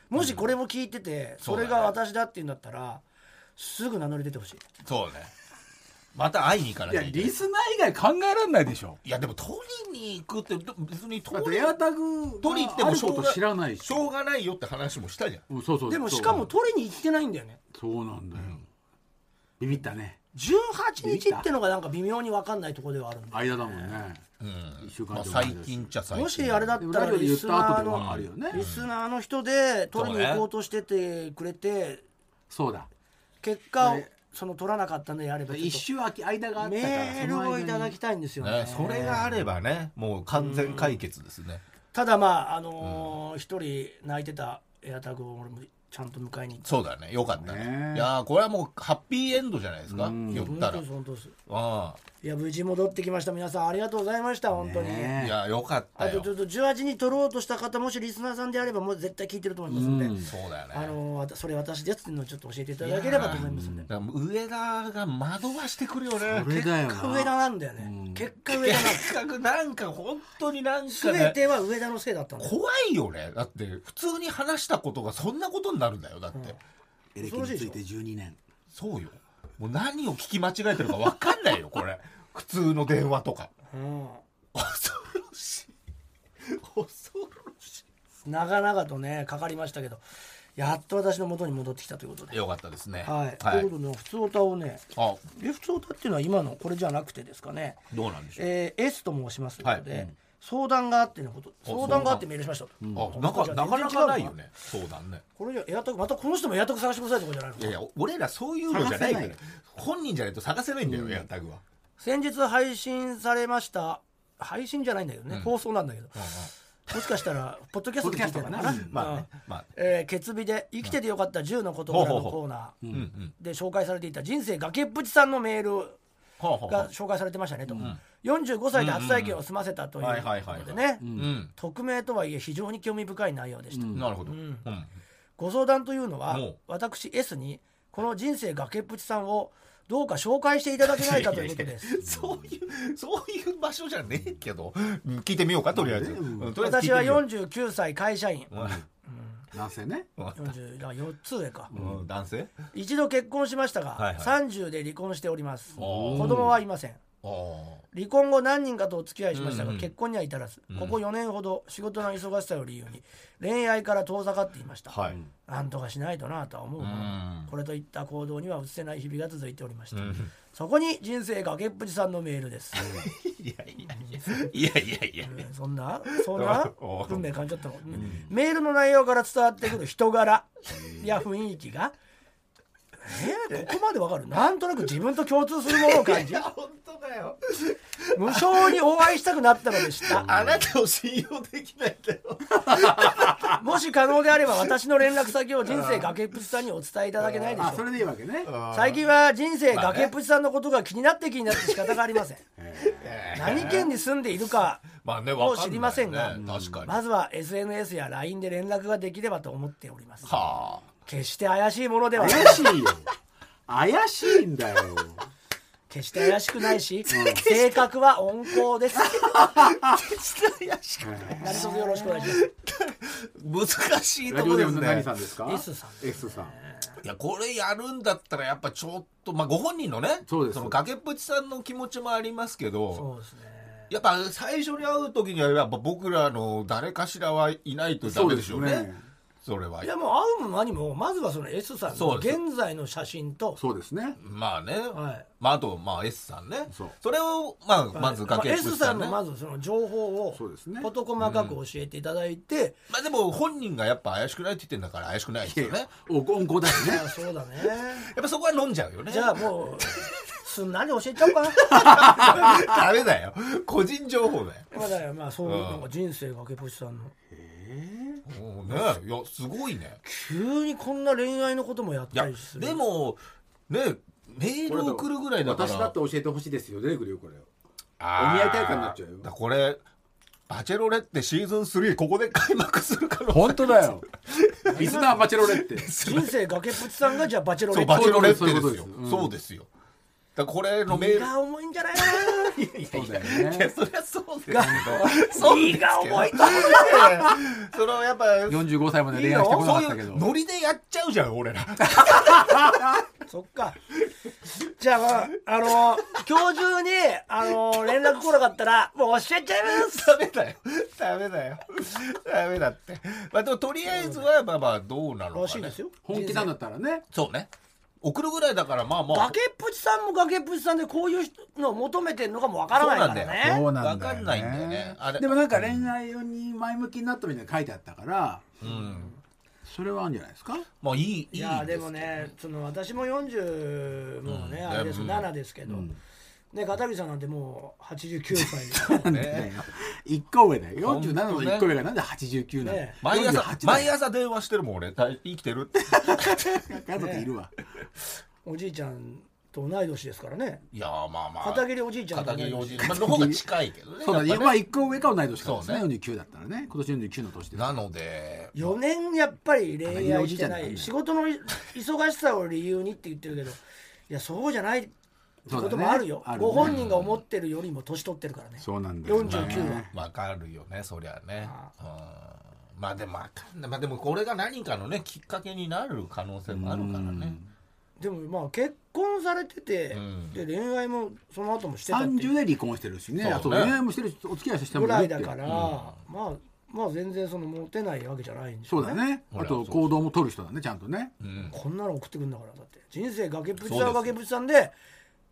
もしこれを聞いててそれが私だっていうんだったらすぐ名乗り出てほしいそうねまた会いに行かないきゃやいけないリスナー以外考えられないでしょいやでも取りに行くって別にだっ取てりエアタグ取りに行ってあもるしょこうとが知らないししょうがないよって話もしたじゃんうんそうそうでもそうしかも取りに行ってないんだよねそうなんだよビビったね18日ってのがなんか微妙に分かんないところではあるんだ間だもんねうん一週間まあ以上最近っちゃ最近もしあれだっでもたラらジオでリ言っスたナー後でのはあるよねリスナーの人で取りに行こうとしててくれてそうだ結果ねその取らなかったのであればちょっと一周空き間があったからメールをいただきたいんですよねね、それがあればねもう完全解決ですね、ただまああのー一、人泣いてたエアタグを俺もちゃんと迎えに行ってそうだねよかったねねいやーこれはもうハッピーエンドじゃないですか、言った本ら当です本当ですあいや無事戻ってきました皆さんありがとうございました本当に、ねあいやよかっあたとよちょっと18に取ろうとした方もしリスナーさんであればもう絶対聞いてると思いますんで、そうだよねあのーわたそれ私ですっていうのをちょっと教えていただければと思いますんでだから上田が惑わしてくるよねそれだよ結果上田ななんだよね、結果上田なんだ結局なんか本当になんか全ねては上田のせいだったんだよ怖いよねだって普通に話したことがそんなことになるんだよだって、エレキについて12年そうよもう何を聞き間違えてるか分かんないよこれ [LAUGHS] 普通の電話とか恐ろしい恐ろし長々とねかかりましたけどやっと私の元に戻ってきたということいで、よかったですねはいということで普通歌をねあえ普通歌っていうのは今のこれじゃなくてですかね、どうなんでしょう、えー、S と申しますので、はいうん相談があってのことお相談があってメールしましたと、あなんかじゃなあかなかないよ全然違ね相う談ねこれじゃエアタグまたこの人もエアタグ探してくださいとかじゃないのいやいや俺らそういうのじゃないから探せ本人じゃないと探せないんだよ、エアタグは先日配信されました配信じゃないんだけどね、放送なんだけど、もしかしたらポッドキャストで聞いてるのかな、ポッドキャストかなうまあうんんねまあえー、決日で生きててよかった10の事柄のコーナうんーうんで紹介されていた人生崖っぷちさんのメールはあはあはがあ紹介されてましたねと、45歳で初体験を済ませたというはいはいはいことではねうん匿名とはいえ非常に興味深い内容でした、なるほど、うんご相談というのはおう私 S にこの人生崖っぷちさんをどうか紹介していただけないかということですそういうそういう場所じゃねえけどうん聞いてみようかとりあえず、うんとりあえず聞い私てはみよう49歳会社員男性ね40だ4つ上かうんうん男性一度結婚しましたが、はいはい30で離婚しておりますおー子供はいませんああ離婚後何人かとお付き合いしましたが、うんうん結婚には至らず、ここ4年ほど仕事の忙しさを理由に恋愛から遠ざかっていました、はいなんとかしないとなとは思うものの、うんこれといった行動には移せない日々が続いておりました、そこに人生崖っぷちさんのメールです、いやいやいやいやいやいやうんそんなそんなおう運命感じちゃったの、メールの内容から伝わってくる人柄や雰囲気がえー、ここまでわかるなんとなく自分と共通するものを感じ本当だよ無性にお会いしたくなったのでしたあなたを信用できないんだよもし可能であれば私の連絡先を人生崖っぷちさんにお伝えいただけないでしあょそうれでいいわけねか最近は人生崖っぷちさんのことが気になって気になって仕方がありません何県に住んでいるかまあねもわうか知んないよねりませんが確かにまずは SNS や LINE で連絡ができればと思っておりますは決して怪しいものでは怪ないしいよ怪しいんだよ決して怪しくないし性格は温厚です何卒よろしくお願いしますあ難しいラとジこオろですネームの何ねさんですか S さん S さんいやこれやるんだったらやっぱちょっとまあご本人のねそうですの崖っぷちさんの気持ちもありますけそうどですねやっぱ最初に会う時にはやっぱ僕らの誰かしらはいないとダメでしょうねそそうですねれはいやもう会うも何もまずはその S さんのそうです現在の写真とそうですねまあね、はいまああとまあ S さんねそうれをまあまず崖っぷ S ちささんんのね、まずその情報をそうですね事細かく教えていただいて、まあでも本人がやっぱ怪しくないって言ってんだから怪しくないですよね。やお温厚だしね [LAUGHS] あそうだねっぱそこは飲んじゃうよね。じゃあもうすんなり教えちゃおうかなダメだよ。個人情報だよ。まあだからまあそういうなんか人生崖っぷちさんのうんねいや、すごいね。急にこんな恋愛のこともやっいやたりす、るでも、ね、メール送るぐらいだから。私だって教えてほしいですよ出てくるよこれあーお見合い大会になっちゃうよだからこれ、バチェロレってシーズン3、ここで開幕するから。本当だよ [LAUGHS] リスナーバチェロレって人生崖っぷちさんがじゃあバチェロそレう、バチェロレってそういうでことすですよよう。んそうですよ。だからこれのメ身ール。が重いんじゃないかなそうだよね [LAUGHS] そりゃそうですけど。そうです身けがど重いとそれはやっぱ、 45歳までいい恋よ愛してこなそかうったけいどうノリでやっちゃうじゃん俺ら [LAUGHS] そっかじゃあ、まあ、あの今日中にあの連絡来なかったらもう教えちゃいま [LAUGHS] すダメだよダメだよダメだってまあでもとりあえずはまあまあどうなのらかしいねですよ本気なんだったらねそうね送るぐらいだからまあまあ崖っぷちさんも崖っぷちさんでこういうのを求めてるのかもわからないからそうねそうなんだよ、ね、わかんないんだよねあれでもなんか恋愛に前向きになったみたいなの書いてあったからうんそれはあるんじゃないですかまあいいいいいやでもねその私も40もうね、うんあれですうん7ですけど、ね片桐さんなんてもう89歳 [LAUGHS] でね一個上だよほんと47ねの一個上がなんで89なの、ね毎朝48だ毎よ朝電話してるもん俺大生きてるって家族いるわ、おじいちゃんと同い年ですからねいやーまあまあ片桐おじいちゃんと片同い桐お年じいちゃんまあの方が近いけどねそうだ、やっぱまあね一個上か同い年かですねそう49だったらね今年49の年ですなので4年やっぱり恋愛してなあんまりおじいちゃんなんだいね仕事の忙しさを理由にって言ってるけどいやそうじゃないこともあるよ、そうだねあるねご本人が思ってるよりも年取ってるからねそうなんだよ、ね、 49はわかるよねそりゃねうんまあでもわかんないまあでもこれが何かのねきっかけになる可能性もあるからねでもまあ結婚されてて、んで恋愛もその後もしてたっていう30で離婚してるしねそうねあと恋愛もしてるしお付き合いしてもぐいるっらていだから、まあまあ全然そのモテないわけじゃないんでしょそうだねほらあと行動も取る人だねちゃんとね、こんなの送ってくんだからだって人生崖っぷちそうさでんすよ崖っぷちさんで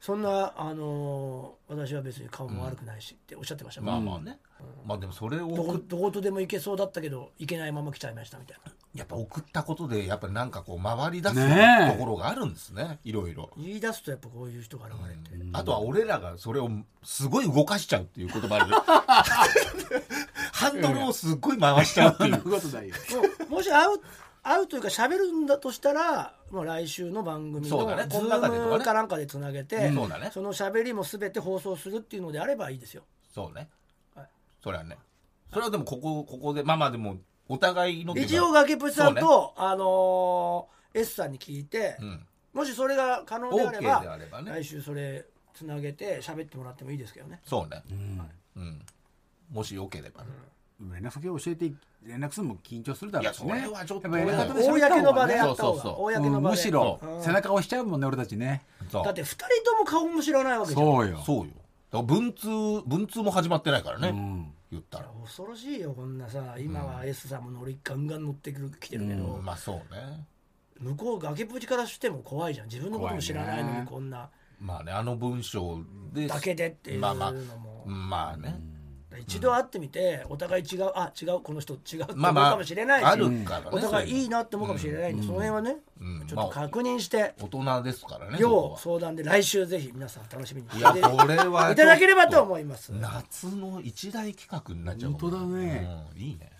そんなあのー私は別に顔も悪くないしっておっしゃってましたもまあん、まあねまあでもそれをど送こっどことでも行けそうだったけど行けないまま来ちゃいましたみたいなやっぱ送ったことでやっぱなんかこう回り出すねえところがあるんですねいろいろ言い出すとやっぱこういう人が現れて、あとは俺らがそれをすごい動かしちゃうっていう言葉あるよハンドルをすっごい回しちゃうってそんいなうことだ [LAUGHS] よもうもし会う会うというか喋るんだとしたら、まあ、来週の番組のそうだねズこの中でとかームねかなんかでつなげて、うんそうだねの喋りも全て放送するっていうのであればいいですよ。そうねそれはねそれはでもここここでまあまあでもお互いの一応崖っぷちさんそうと、あのー S さんに聞いて、うんもしそれが可能であれ OK であばればね来週それつなげて喋ってもらってもいいですけどね。そうねうんもしよければね連絡先を教えて連絡するのも緊張するだろうしねいやそれはちょっとやぱ連絡先喋った方が公の場でねやったそ方うがそうそう公の場で、うんむしろうん背中を押しちゃうもんね俺たちねそうだって2人とも顔も知らないわけじゃんそうよそうよから文通文通も始まってないからね、うん言ったら恐ろしいよこんなさ今は S さんも乗りガンガン乗ってくる来てるけど、まあそうね向こう崖っぷちからしても怖いじゃん自分のことも知らないのにこんなまあねあの文章でだけでっていうのも、まあまあまあね、一度会ってみてお互い違うあ違うこの人違うって思まあうまあかもしれないし、あるからねお互そういうのいいいなって思うかもしれないんで、その辺はね、うんちょっと確認して、大人ですからね要そこ相談で来週ぜひ皆さん楽しみにしはていいやたこれはちょっだければと思います夏の一大企画になっちゃう本当だね、うんいいね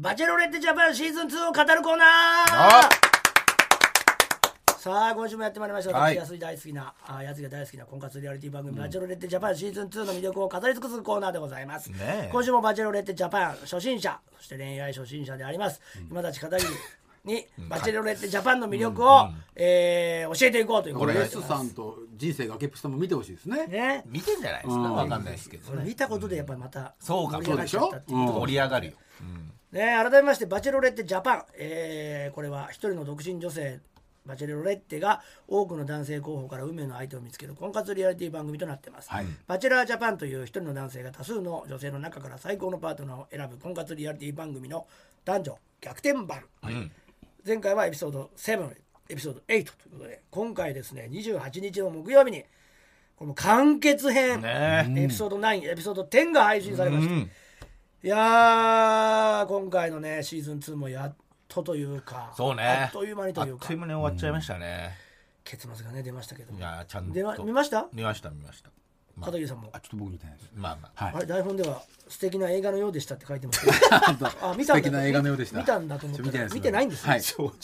バチェロレッテジャパンシーズン2を語るコーナあーさあ今週もやってまいりましたは私い安井大好きなあ安井が大好きな婚活リアリティ番組、バチェロレッテジャパンシーズン2の魅力を語り尽くすコーナーでございます、ねえ今週もバチェロレッテジャパン初心者そして恋愛初心者であります、今立ち片桐にバチェロレッテジャパンの魅力を、えー教えていこうというこことれで S さんと人生崖っぷちさんも見てほしいですねね見てんじゃないですかうんわかんないですけどそれ見ねたことでやっぱりまたそうか盛り上がっちゃったっていううん盛り上がるよね、改めまして「バチェロレッテジャパン」えーこれは一人の独身女性バチェロレッテが多くの男性候補から運命の相手を見つける婚活リアリティ番組となってます、はいバチェラージャパンという一人の男性が多数の女性の中から最高のパートナーを選ぶ婚活リアリティ番組の男女逆転版、前回はエピソード7エピソード8ということで今回ですね28日の木曜日にこの完結編、ねエピソード9エピソード10が配信されました、いやー今回のねシーズン2もやっとというかそうねあっという間にといあっうかという間に終わっちゃいましたね結末がね出ましたけどいやーちゃん出まと見ました見ました見ましたまあ片桐さんもあちょっと僕見てないですまあまあはいあれ台本では素敵な映画のようでしたって書いてま [LAUGHS] すけどあ見たんだ素敵な映画のようでした見たんだと思ったらちょっ見てないんですよはい正直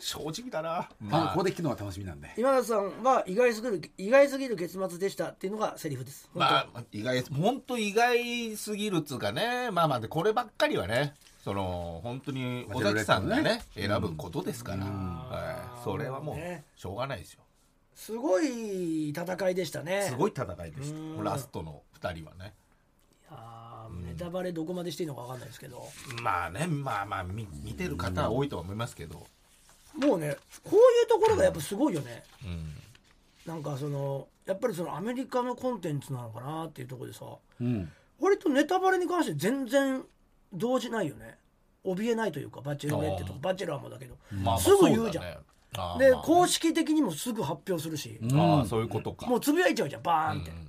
正直だなあのこまあこで聞くのが楽しみなんで今田さんは意外すぎる意外すぎる結末でしたっていうのがセリフです本当まあ意外本当意外すぎるっつうかねまあまあでこればっかりはねその本当に尾崎さんがね選ぶことですから、はい、それはもうねしょうがないですよすごい戦いでしたねすごい戦いでしたラストの2人はねあーネタバレどこまでしていいのか分かんないですけどまあねまあまあ見見てる方は多いとは思いますけど、もうねこういうところがやっぱすごいよね、うんなんかそのやっぱりそのアメリカのコンテンツなのかなっていうところでさうん割とネタバレに関して全然動じないよね怯えないというかバチェロレッテあとかーバチェラーもだけど、まあまあすぐ言うじゃんそだねあーでまあね公式的にもすぐ発表するし、ああそういうことか、もうつぶやいちゃうじゃんバーンって、うん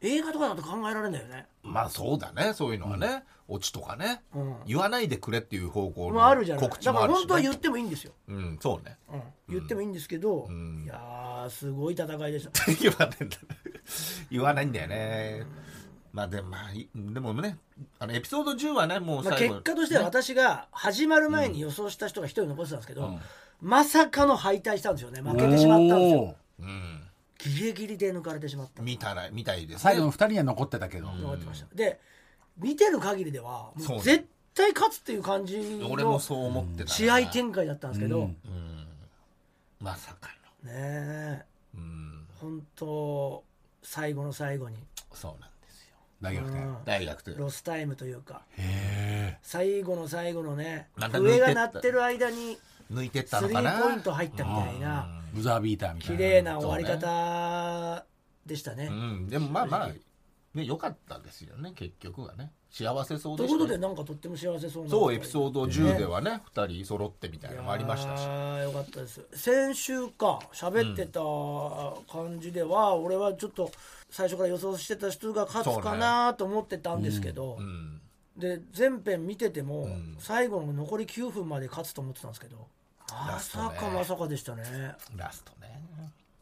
映画とかだと考えられないよねまあそうだねそういうのはね、オチとかね、うん言わないでくれっていう方向まあ、あるじゃのない告知もあだかるらし、本ね当は言ってもいいんですよ、うんそうねうん言ってもいいんですけど、んいやーすごい戦いでした言わないんだ言わないんだよねまあでもまあいでもねあのエピソード10はねもうまあ、最後、結果としては私が始まる前に予想した人が一人残ってたんですけど、んまさかの敗退したんですよね負けてしまったんですよおうーんギリギリで抜かれてしまった見たらみたいですね最後の2人には残ってたけど、残ってましたで見てる限りではそうねもう絶対勝つっていう感じ俺ものそう思ってたな試合展開だったんですけど、うんねまさかえのうん本当最後の最後に、そうなんですよ大逆転、うん大学というロスタイムというかへ最後の最後のねまた抜いてっ上たが鳴ってる間に抜いてったスのリかなーポイント入ったみたいなえブザービーターみたい綺な麗な終わり方でしたね。うんでもまあまあね良かったですよね結局はね幸せそうといでうしことたでねなんかとっても幸せそうなそうエピソード10でははね2人揃ってみたいなのもありましたしよかったです先週か喋ってた感じでは、俺はちょっと最初から予想してた人が勝つかなと思ってたんですけど、うんで全編見てても、ん最後の残り9分まで勝つと思ってたんですけどまさラストかねまさかでしたね。ラストね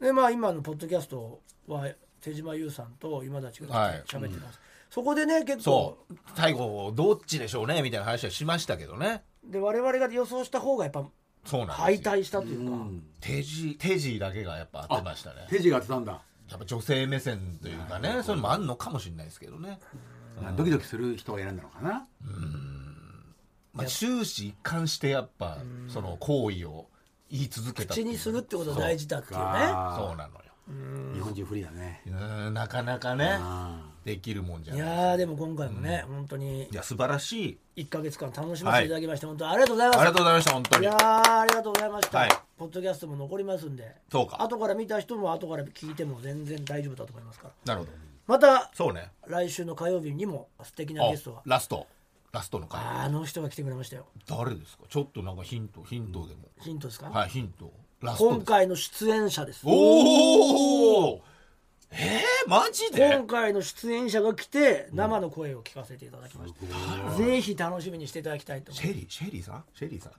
でまあ今のポッドキャストは手島優さんと今立君はがい喋ってたんです、そこでね結構そう最後どっちでしょうねみたいな話はしましたけどねで我々が予想した方がやっぱそうなんで敗すよ退したというか、手地手地だけがやっぱ当てましたね手地が当てたんだ、やっぱ女性目線というかねそういうのもあんのかもしれないですけどねドキドキする人を選んだのかな、まあ、終始一貫してやっぱその行為を言い続けたってい口うにするってことが大事だっていうねそうなのよ日本人不利だねうんなかなかねあできるもんじゃいないやーでも今回もね、本当にいや素晴らしい1か月間楽しませていただきまして、本当ありがとうございまあすりがとうございました本当いにやーありがとうございました、はいポッドキャストも残りますんでそうか後から見た人も後から聞いても全然大丈夫だと思いますからなるほどまたそうね来週の火曜日にも素敵なあゲストがラストラストの回ああの人が来てくれましたよ誰ですかちょっとなんかヒントヒントでもヒントですか、はいヒントラストです今回の出演者ですおおえー、マジで今回の出演者が来て生の声を聞かせていただきました、ぜひ楽しみにしていただきたいと思シいますェリーシェリーさんシェリーさん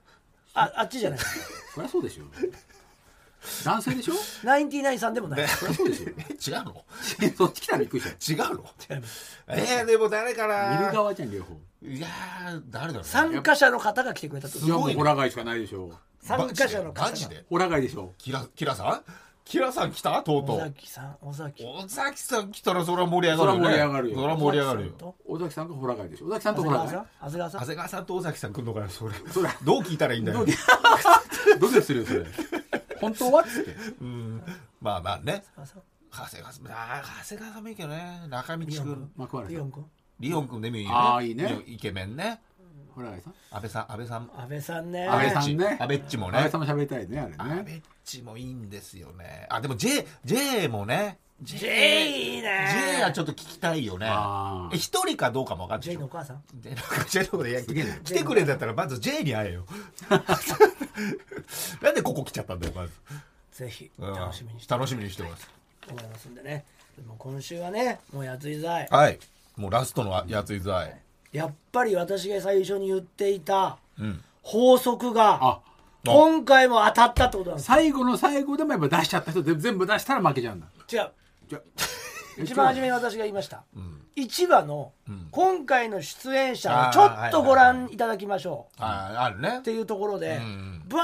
ああっちじゃないですあそりゃそうでしょ男性でしょナインティナインさんでもないそりゃそうでしょえ違うの [LAUGHS] そっち来たらびっくりした違うのえー、でも誰かな見る側じゃん両方いやー誰だろう参加者の方が来てくれたってこいやともごいうねホラガイしかないでしょ参加者の方がマジでホラガイでしょキラキラさんキラさん来たとうと尾う崎さん尾崎尾崎さん来たらそれは盛り上がるよねそりゃ盛り上がるよそりゃ盛り上がるよと尾崎さんがホラガイでしょ尾崎さんと長ホ谷ラ川さガん長谷川長さん谷川さんと尾崎さん来るのかなそれそれどう聞いたらいいんだよイどうでするよそれ本当はっつってうんまあまあね長谷川さ長谷ん川さんあー長谷川さんもいいけどね中道リオン君君マクワラリさオンん君リオン君でもいいよねあーいいねイケメンねホラガイさん安倍さん安倍さん安倍さんね安倍さんね安倍っちもね安倍さんも喋りたいねあれ安ね倍っちもいいんですよねあでも J, J もね J, J いいね J はちょっと聞きたいよねあーえ一人かどうかも分かんない J でしのおょ母さん J の子 J の子でいやすげえな来てくれんだったらまず J に会えよなんでここ来ちゃったんだよまず、ぜひうん楽しみにして楽しみにしてます思いますんでねでも今週はねもうやついざいはいもうラストのやついざいやっぱり私が最初に言っていたうん法則があ今回も当たったってことなんです最後の最後でもやっぱ出しちゃった人で全部出したら負けちゃうんだ違うじゃ [LAUGHS] 一番初めに私が言いました、一話の今回の出演者あをーちょっとご覧いただきましょうあーあるねっていうところでんバ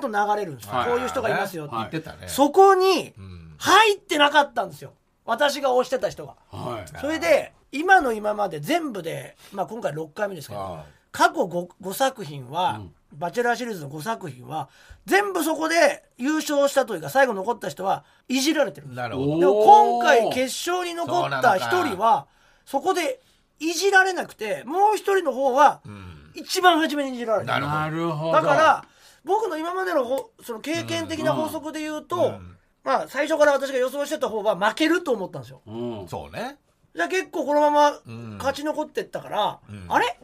ーッと流れるんですよこういう人がいますよって言言っっててたね、そこにん入ってなかったんですよ私が推してた人がはいそれで今の今まで全部で、まあ、今回6回目ですけどはい過去 5, 5作品は、バチェラーシリーズの5作品は全部そこで優勝したというか最後残った人はいじられてるんですなるほどおでも今回決勝に残っそたうな1の人かはそこでいじられなくてもう1人の方は一番初めにいじられてなるるなるほどだから僕の今までのほその経験的な法則で言うと、まあ、最初から私が予想してた方は負けると思ったんですよ。うんそうねじゃあ結構このまま勝ち残ってったから、あれ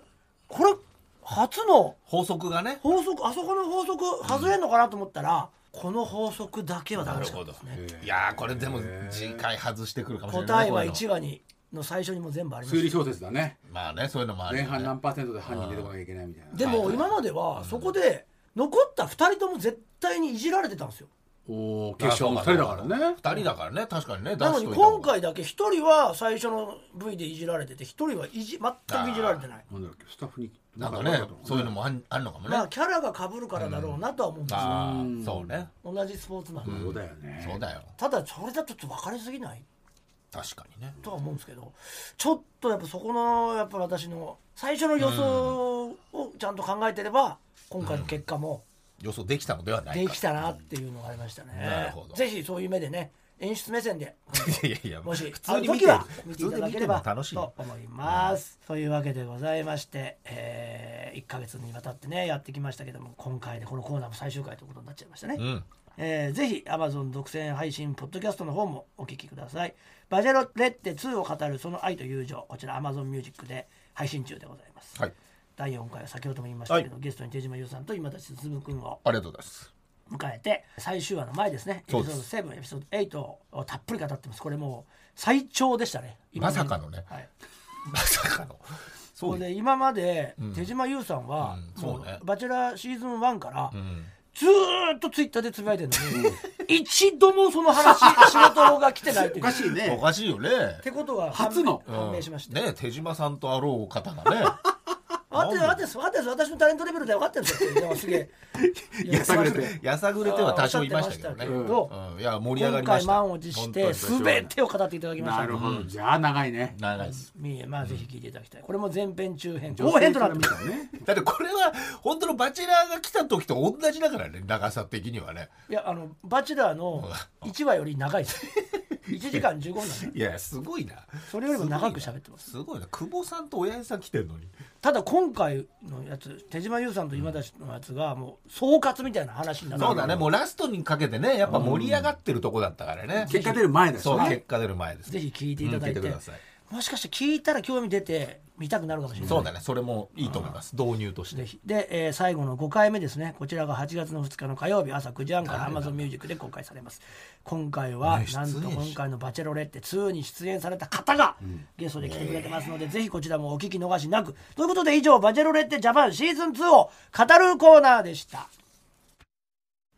これ初の法則がね法則あそこの法則外れんのかなと思ったら、この法則だけはダメだったんですね。いやーこれでも次回外してくるかもしれない答えはこういうの1話にの最初にも全部ありま推理す小説だねまあねそういうのもある前よね半何パーセントで犯人出てこなきゃいけないみたいなでも今まではそこで残った2人とも絶対にいじられてたんですよおお決勝も2人だからね2人だからね確かにね出なのしにといた方が今回だけ1人は最初の V でいじられてて1人はいじ全くいじられてないなんだっけスタッフになんかねそういうのももあんあるのかもねまあキャラが被るからだろうなとは思うんですよ、あーそうね同じスポーツマン、そうだよねそうだよただそれだとちょっと分かりすぎない確かにねとは思うんですけどちょっとやっぱそこのやっぱ私の最初の予想をちゃんと考えてれば今回の結果も予想できたのではないでかきたなっていうのがありましたね、なるほどぜひそういう目でね演出目線で [LAUGHS] いやいやもし普会通うに見時ては見普てい通たにだ見けてれるばの楽しいと思います。というわけでございまして、え1ヶ月にわたってねやってきましたけども今回でこのコーナーも最終回ということになっちゃいましたね。うんえーぜひ Amazon 独占配信ポッドキャストの方もお聞きください。バジェロレッテ2を語るその愛と友情こちら Amazon ミュージックで配信中でございます。はい第4回は先ほども言いましたけど、ゲストに手島優さんと今田進君をありがとうございます迎えて最終話の前ですねエピそうソーでドす7エピソード8をたっぷり語ってますこれもう最長でしたね今ままでさかのねはい、まさかのこそうれねで今まで手島優さんはうん、もそうねバチェラーシーズン1から、んずーっとツイッターでつぶやいてるのに一度もその話仕事が来てないといおうっかしいおねかしいよねてことが初の判明判明しました、 [LAUGHS] ね手島さんとあろう方がね分かってる分かってる分かってる私のタレントレベルで分かってるんですよ [LAUGHS] って電話すげえやさぐれてやさぐれては多少いましたけどね。おっしゃってましたけどうんいや盛り上が今りま回した。満を持し本て当に全てを語っていただきましたなるほどじゃあ長いね長いです。いいえまあぜひ聞いていただきたいこれも前編中編後編となってますらねだってこれは本当のバチェラーが来た時と同じだからね長さ的にはね。いやあのバチェラーの1話より長 [LAUGHS] いです1時間15分なんでいやすごいな。それよりも長く喋ってますすごいな。久保さんと親父さん来てるのに。ただ今回のやつ手島優さんと今田氏のやつがもう総括みたいな話になってそうだね。もうラストにかけてねやっぱ盛り上がってるとこだったからね。結果出る前だしそうね結果出る前です。ぜひ聞いていただいて,、うん聞いてくださもしかして聞いたら興味出て見たくなるかもしれないそうだね。それもいいと思います。導入としぜて。ひで、えー最後の5回目ですねこちらが8月の2日の火曜日朝9時半から AmazonMusic で公開されます今回は、ねなんと出演者今回の「バチェロレッテ2」に出演された方が、ゲストで来てくれてますので、ぜひこちらもお聞き逃しなくということで以上「バチェロレッテジャパンシーズン2」を語るコーナーでした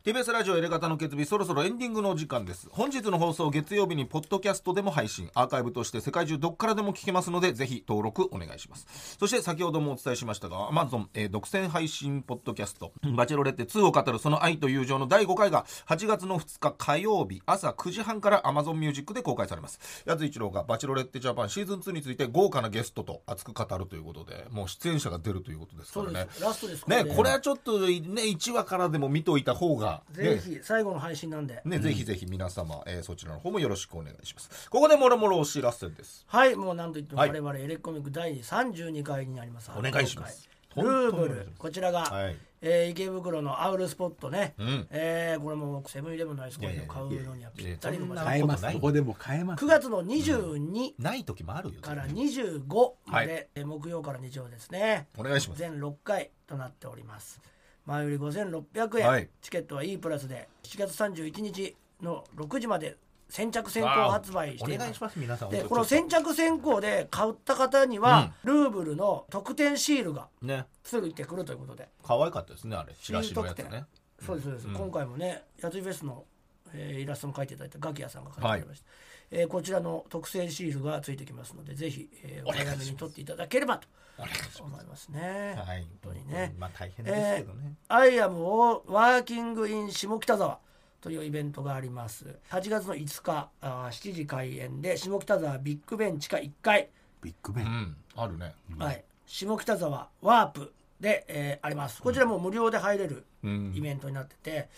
TBS ラジオエレガタの決意そろそろエンディングのお時間です本日の放送月曜日にポッドキャストでも配信アーカイブとして世界中どっからでも聞けますのでぜひ登録お願いしますそして先ほどもお伝えしましたが Amazon、えー独占配信ポッドキャスト「バチェロレッテ2を語るその愛と友情」の第5回が8月の2日火曜日朝9時半から AmazonMusic で公開されます八津一郎が「バチェロレッテジャパンシーズン2について豪華なゲストと熱く語るということでもう出演者が出るということですからねラストですね、これはちょっとね1話からでも見といた方が、ねぜひ最後の配信なんで、ねぜひぜひ皆様、えーそちらの方もよろしくお願いしますここでもろもろお知らせですはいもうなんといってもはい我々エレコミック第32回になりますお願いしますルーブ本当にお願いしルますこちらが、はいえー池袋のアウルスポットね、んえーこれもセブンイレブンのアイスコーヒーを買うのにはぴったりの場所いやいやいや買えますここでも買えます9月の22ない時もあるよから25まはで、えー木曜から日曜ですねお願いします全6回となっております前より5600円、はいチケットは E プラスで7月31日の6時まで先着先行発売していお願いします皆さんで本こ当のにちょっ先着先行で買った方には、ルーブルの特典シールがとねついてくるということで、可愛かったですねあれチラシのやつ新ね特そうですそうです、今回もねやついフェスの、えーイラストも描いていただいたガキヤさんが描いてくれました、えーこちらの特製シールがついてきますのでぜひ、えーお早めに取っていただければと思いますねはい本当にね、まあ大変ですけどね、えーアイアムをワーキングイン下北沢というイベントがあります8月の5日あー7時開演で下北沢ビッグベンチ下1階ビッグベンうんあるねはい、下北沢ワープで、えーありますこちらもう無料で入れるんイベントになってて、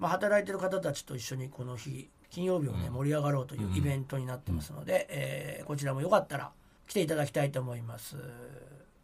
まあ、働いてる方たちと一緒にこの日金曜日をね盛り上がろうというイベントになってますので、えーこちらもよかったら来ていただきたいと思います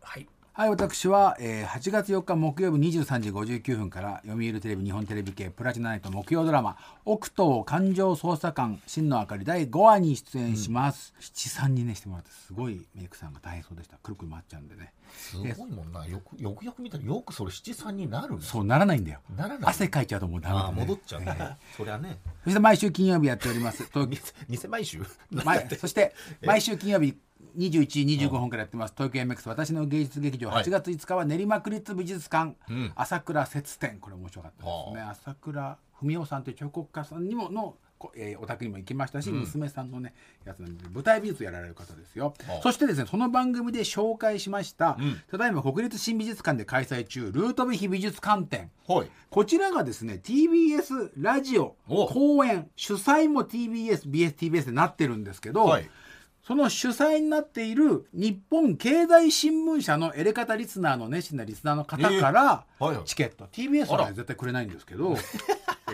はいはい、私は、えー8月4日木曜日23時59分から読売テレビ日本テレビ系プラチナナイト木曜ドラマ「奥東環状捜査官真の明かり」第5話に出演します、七三にねしてもらってすごいメイクさんが大変そうでしたくるくる回っちゃうんでねすごいもんなよくよくよく見たらよくそれ七三になるねそうならないんだよならない汗かいちゃうともうダメあだ、あね、戻っちゃうねえーそりゃねそして毎週金曜日やっており [LAUGHS] ます東偽偽毎 [LAUGHS] 週毎そして毎週金曜日21時25分からやってます、東京 MX 私の芸術劇場はい8月5日は練馬区立美術館、ん朝倉節展これ面白かったですね朝倉文夫さんという彫刻家さんにものこえーお宅にも行きましたし、娘さんのねやつなんで舞台美術やられる方ですよああそしてですねその番組で紹介しました、ただいま国立新美術館で開催中ルートビヒ美術館展はいこちらがですね TBS ラジオお公演主催も TBSBSTBS でなってるんですけど、はいその主催になっている日本経済新聞社のエレカタリスナーの熱心なリスナーの方からえーはいはいチケット、TBS はあらね絶対くれないんですけ [LAUGHS] ど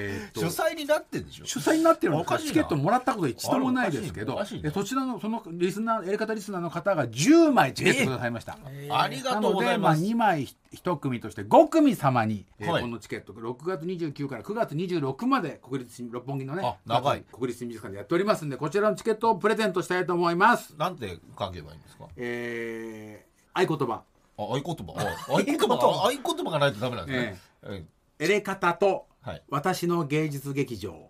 えーと主催になってんでしょ主催になってるんでおかしいなチケットもらったこと一度もないですけあれどおかしいねおかしいねえそちらのそのリスナーエレカタリスナーの方が10枚チケットくださいました。ありがなとうのござで、いまあ、ます。 2枚1組として5組様に、えーはいこのチケット6月29から9月26まで国立新六本木のあね長い国立新美術館でやっておりますんでこちらのチケットをプレゼントしたいと思いますなんて書けばいいんですか。えー合言葉あ、合言葉。はい合言葉が。合言葉がないとダメなんですね。え「エレカタとはい私の芸術劇場」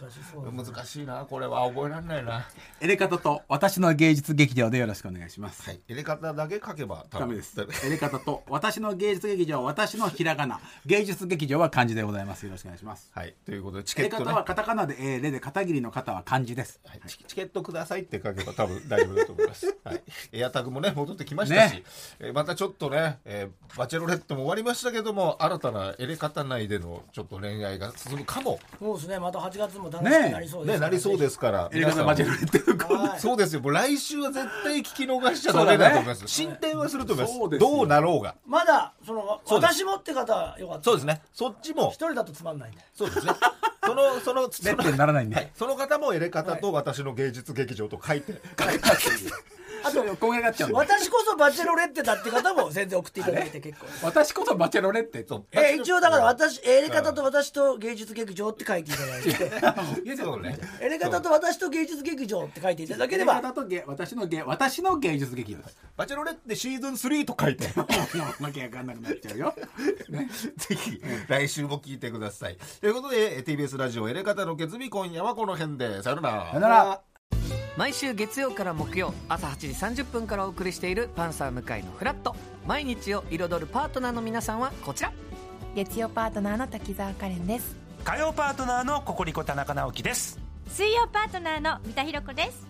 難しそうだな難しいなこれは覚えられないなエレカタと私の芸術劇場でよろしくお願いします。はい入れ方だけ書けば多分ダメです。エレカタと私の芸術劇場、私のひらがな、芸術劇場は漢字でございます。よろしくお願いします。はいということでチエケレッカトタねはカタカナで、えーレで片桐の方は漢字です。はいチチケットくださいって書けば多分大丈夫だと思い [LAUGHS] ます。はい、エアタグもね戻ってきましたし、ねえーまたちょっとね、えーバチェロレットも終わりましたけども新たなエレ方内でのちょっと恋愛が進むかもそうですねまた8月も楽しくなりそうですねなりそうですすからエレカタバチェロレットはもそうですよもう来週は絶対聞き逃しちゃダメだと思います、進展はすると思いますそうですよどうなろうがまだそのそうです私もって方はよかったそうですねそっちも一人だとつまんないんでそうですねそ [LAUGHS] のそのそネットのにならないんで。はい、その方もエレ方と私の芸術劇場と書いて、書いてあと、こんがりがっちゃうんで。私こそバチェロレッテだって方も全然送っていただい [LAUGHS] て結構です私こそバチェロレッテそうと。えー一応だから私エレ方と私と芸術劇場って書いていただいてそうねエレ方と私と芸術劇場って書いていただけエれレばカタと芸私の芸私の芸術劇場です。バチェロレッテシーズン3と書い [LAUGHS] てもうわけわかんなくなっちゃうよ。ねぜひ来週も聞いてください。ということでえー TBS ラジオエレカタの決日今夜はこの辺でさよならさよ。なら。毎週月曜から木曜朝8時30分からお送りしている「パンサー向井のフラット」毎日を彩るパートナーの皆さんはこちら月曜パートナーの滝沢カレンです火曜パートナーのココリコ田中直樹です水曜パートナーの三田寛子です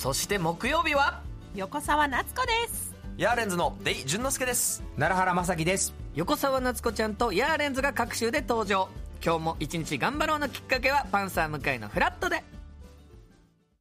そして木曜日は横澤夏子ですヤーレンズのデイ淳之介です奈良原雅樹です横澤夏子ちゃんとヤーレンズが各週で登場今日も一日頑張ろうのきっかけは「パンサー向井のフラットで」